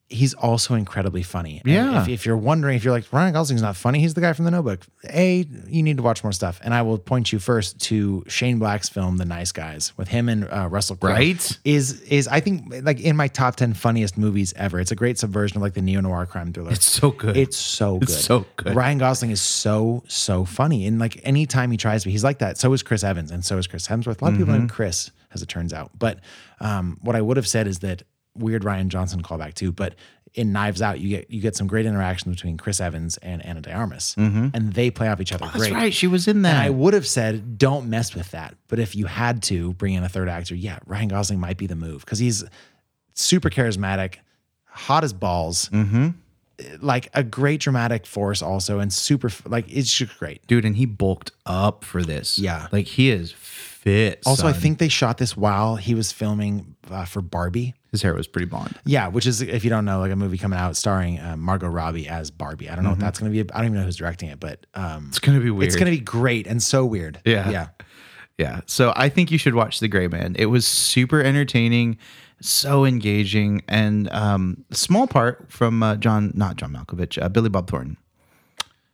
He's also incredibly funny. And Yeah. If, if you're wondering, if you're like Ryan Gosling's not funny, he's the guy from the Notebook. A, you need to watch more stuff. And I will point you first to Shane Black's film, The Nice Guys, with him and uh, Russell Crowe Right? is is I think like in my top ten funniest movies ever. It's a great subversion of like the neo noir crime thriller. It's so good. It's so good. It's so good. Ryan Gosling is so so funny, and like anytime he tries to, he's like that. So is Chris Evans, and so is Chris Hemsworth. A lot of people Mm-hmm. named Chris, as it turns out. But um, what I would have said is that weird Ryan Johnson callback too. But in Knives Out, you get you get some great interactions between Chris Evans and Anna De Armas, and they play off each other. Mm-hmm. Oh, That's great. right. She was in And that. I would have said, don't mess with that. But if you had to bring in a third actor, yeah, Ryan Gosling might be the move because he's super charismatic, hot as balls, Mm-hmm. like a great dramatic force, also, and super, like, it's just great. dude, and he bulked up for this. Yeah. like he is fit. Also, I son. think they shot this while he was filming uh, for Barbie. his hair was pretty blonde. Yeah, which is, if you don't know, like a movie coming out starring uh, Margot Robbie as Barbie. I don't know what that's going to be. I don't even know who's directing it, but um, It's gonna be Mm-hmm. weird. it's going to be great and so weird. Yeah. Yeah. yeah. So I think you should watch The Gray Man. It was super entertaining, so engaging, and um, a small part from uh, John, not John Malkovich, uh, Billy Bob Thornton.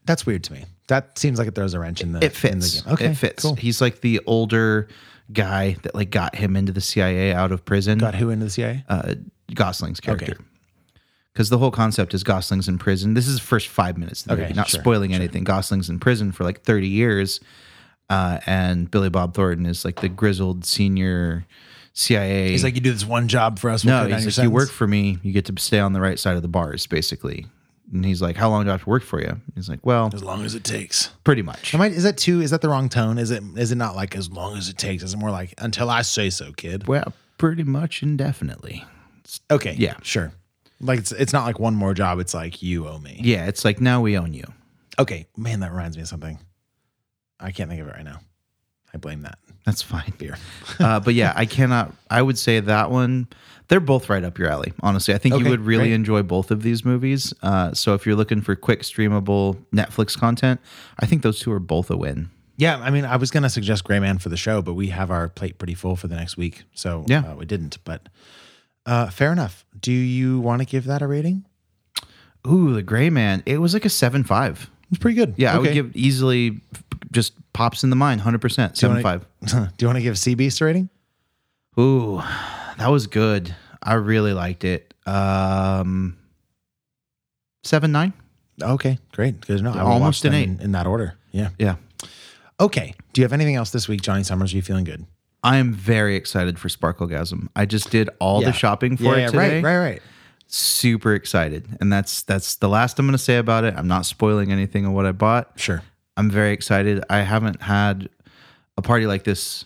That's weird to me. That seems like it throws a wrench in the It Uh, In fits. the game. Okay, it fits. Cool. He's like the older guy that like got him into the CIA out of prison. Got who into the CIA? uh, Gosling's character. Because the whole concept is Gosling's in prison. This is the first five minutes of the Okay, movie, not sure, spoiling anything. Gosling's in prison for like 30 years. Uh, and Billy Bob Thornton is like the grizzled senior CIA. he's like, you do this one job for us. We'll no, cut down he's your like, you work sentence." for me, you get to stay on the right side of the bars, basically. And he's like, how long do I have to work for you? He's like, well, as long as it takes. pretty much. Am I, is that too? Is that the wrong tone? Is it? Is it not like as long as it takes? Is it more like until I say so, kid? Well, pretty much indefinitely. Okay. Yeah. Sure. Like it's it's not like one more job. It's like you owe me. Yeah, it's like, now we own you. Okay. Man, that reminds me of something. I can't think of it right now. I blame that. That's fine. Beer. uh, but yeah, I cannot. I would say that one. They're both right up your alley. Honestly, I think Okay, you would really great. enjoy both of these movies. Uh, so if you're looking for quick streamable Netflix content, I think those two are both a win. Yeah, I mean, I was gonna suggest Gray Man for the show, but we have our plate pretty full for the next week, so Yeah. uh, we didn't. But uh, fair enough. Do you want to give that a rating? Ooh, the Gray Man. It was like a seven five. It's pretty good. Yeah, I would Okay. give easily. Just pops in the mind, hundred percent, Do you seven wanna- five. Do you want to give Sea Beast a rating? Ooh, that was good. I really liked it. Um, seven nine. Okay, great. Good to know. I will Almost watch an them eight. in, in that order. Yeah. Yeah. Okay. Do you have anything else this week, Johnny Summers? Are you feeling good? I am very excited for Sparklegasm. I just did all Yeah. the shopping for yeah, it today. Right, right, right. Super excited, and that's that's the last I'm going to say about it. I'm not spoiling anything of what I bought. Sure. I'm very excited. I haven't had a party like this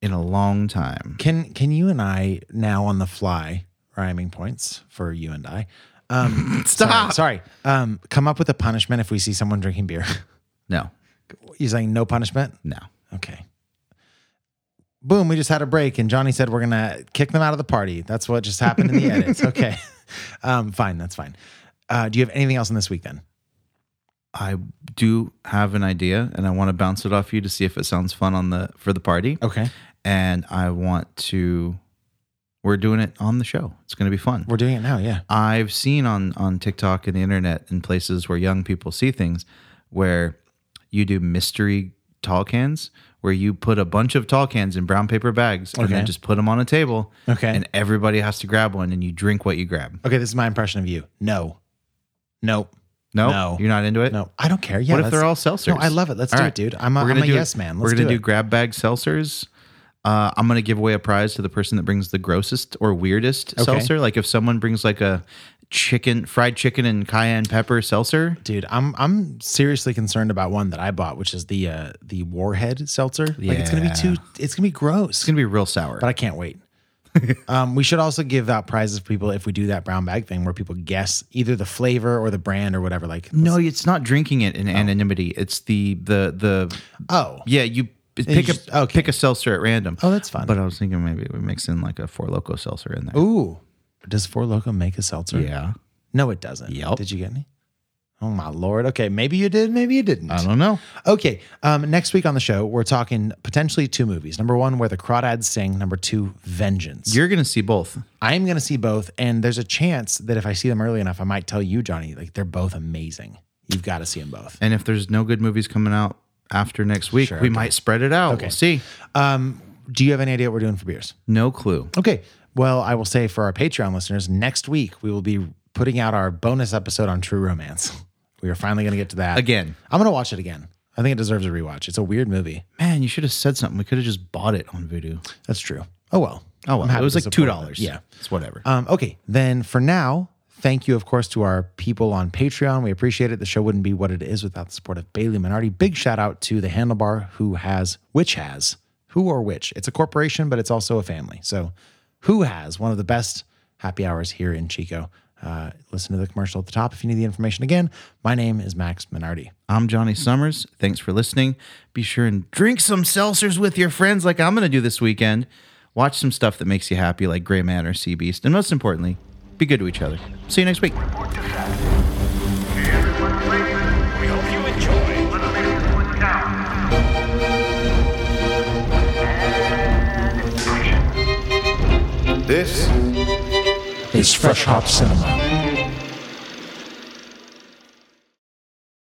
in a long time. Can can you and I now on the fly rhyming points for you and I? Um, Stop. Sorry. sorry. Um, come up with a punishment if we see someone drinking beer. No, You're saying no punishment? No. Okay. Boom, we just had a break, and Johnny said we're gonna kick them out of the party. That's what just happened in the edits. Okay. Um, fine, that's fine. Uh, do you have anything else in this week then? I do have an idea, and I want to bounce it off you to see if it sounds fun on the for the party. Okay. And I want to. We're doing it on the show. It's going to be fun. We're doing it now, yeah. I've seen on on TikTok and the internet and places where young people see things where you do mystery tall cans where you put a bunch of tall cans in brown paper bags and Okay. then just put them on a table Okay. and everybody has to grab one and you drink what you grab. Okay, this is my impression of you. No. Nope. No, No. you're not into it. No. I don't care. Yeah. what if let's- they're all seltzers? No, I love it. Let's All do right. it, dude. I'm a, We're I'm gonna a do- yes man. Let's we're gonna do, do, it. grab bag seltzers. Uh, I'm gonna give away a prize to the person that brings the grossest or weirdest Okay. seltzer. Like if someone brings like a chicken, fried chicken and cayenne pepper seltzer. dude i'm i'm seriously concerned about one that i bought which is the uh the warhead seltzer like it's gonna be Yeah. too it's gonna be gross It's gonna be real sour. but i can't wait um we should also give out prizes for people if we do that brown bag thing where people guess either the flavor or the brand or whatever like no, it's Oh. not drinking it in anonymity. It's the the the oh yeah you pick just- a okay. pick a seltzer at random. Oh, that's fun. But I was thinking maybe we mix in like a four loco seltzer in there. ooh does four loco make a seltzer Yeah, no it doesn't Yep. did you get any oh my lord okay maybe you did maybe you didn't I don't know. Okay. Um, next week on the show, we're talking potentially two movies. Number one, Where the Crawdads Sing. Number two, Vengeance. You're gonna see both. I am going to see both, and there's a chance that if I see them early enough, I might tell you, Johnny, like they're both amazing. You've got to see them both. And if there's no good movies coming out after next week, Sure, we okay. might spread it out. Okay. We'll see. Um, do you have any idea what we're doing for beers? No clue. Okay. Well, I will say for our Patreon listeners, next week we will be putting out our bonus episode on True Romance. We are finally going to get to that Again. I'm going to watch it again. I think it deserves a rewatch. It's a weird movie. Man, you should have said something. We could have just bought it on Voodoo. That's true. Oh well. Oh well, I'm happy it was like two disappointed. dollars. Yeah. it's whatever. Um, okay, then for now, thank you, of course, to our people on Patreon. We appreciate it. The show wouldn't be what it is without the support of Bailey Minardi. Big shout out to the Handlebar, who has, which has, who or which. It's a corporation, but it's also a family. So, who has one of the best happy hours here in Chico? Uh, listen to the commercial at the top if you need the information again. My name is Max Minardi. I'm Johnny Summers. Thanks for listening. Be sure and drink some seltzers with your friends, like I'm gonna do this weekend. Watch some stuff that makes you happy, like Gray Man or Sea Beast, and most importantly, be good to each other. See you next week. Report to set. Hey, everyone, please. We hope you enjoy. Let's make this one count. And action. It's Fresh Hop Cinema.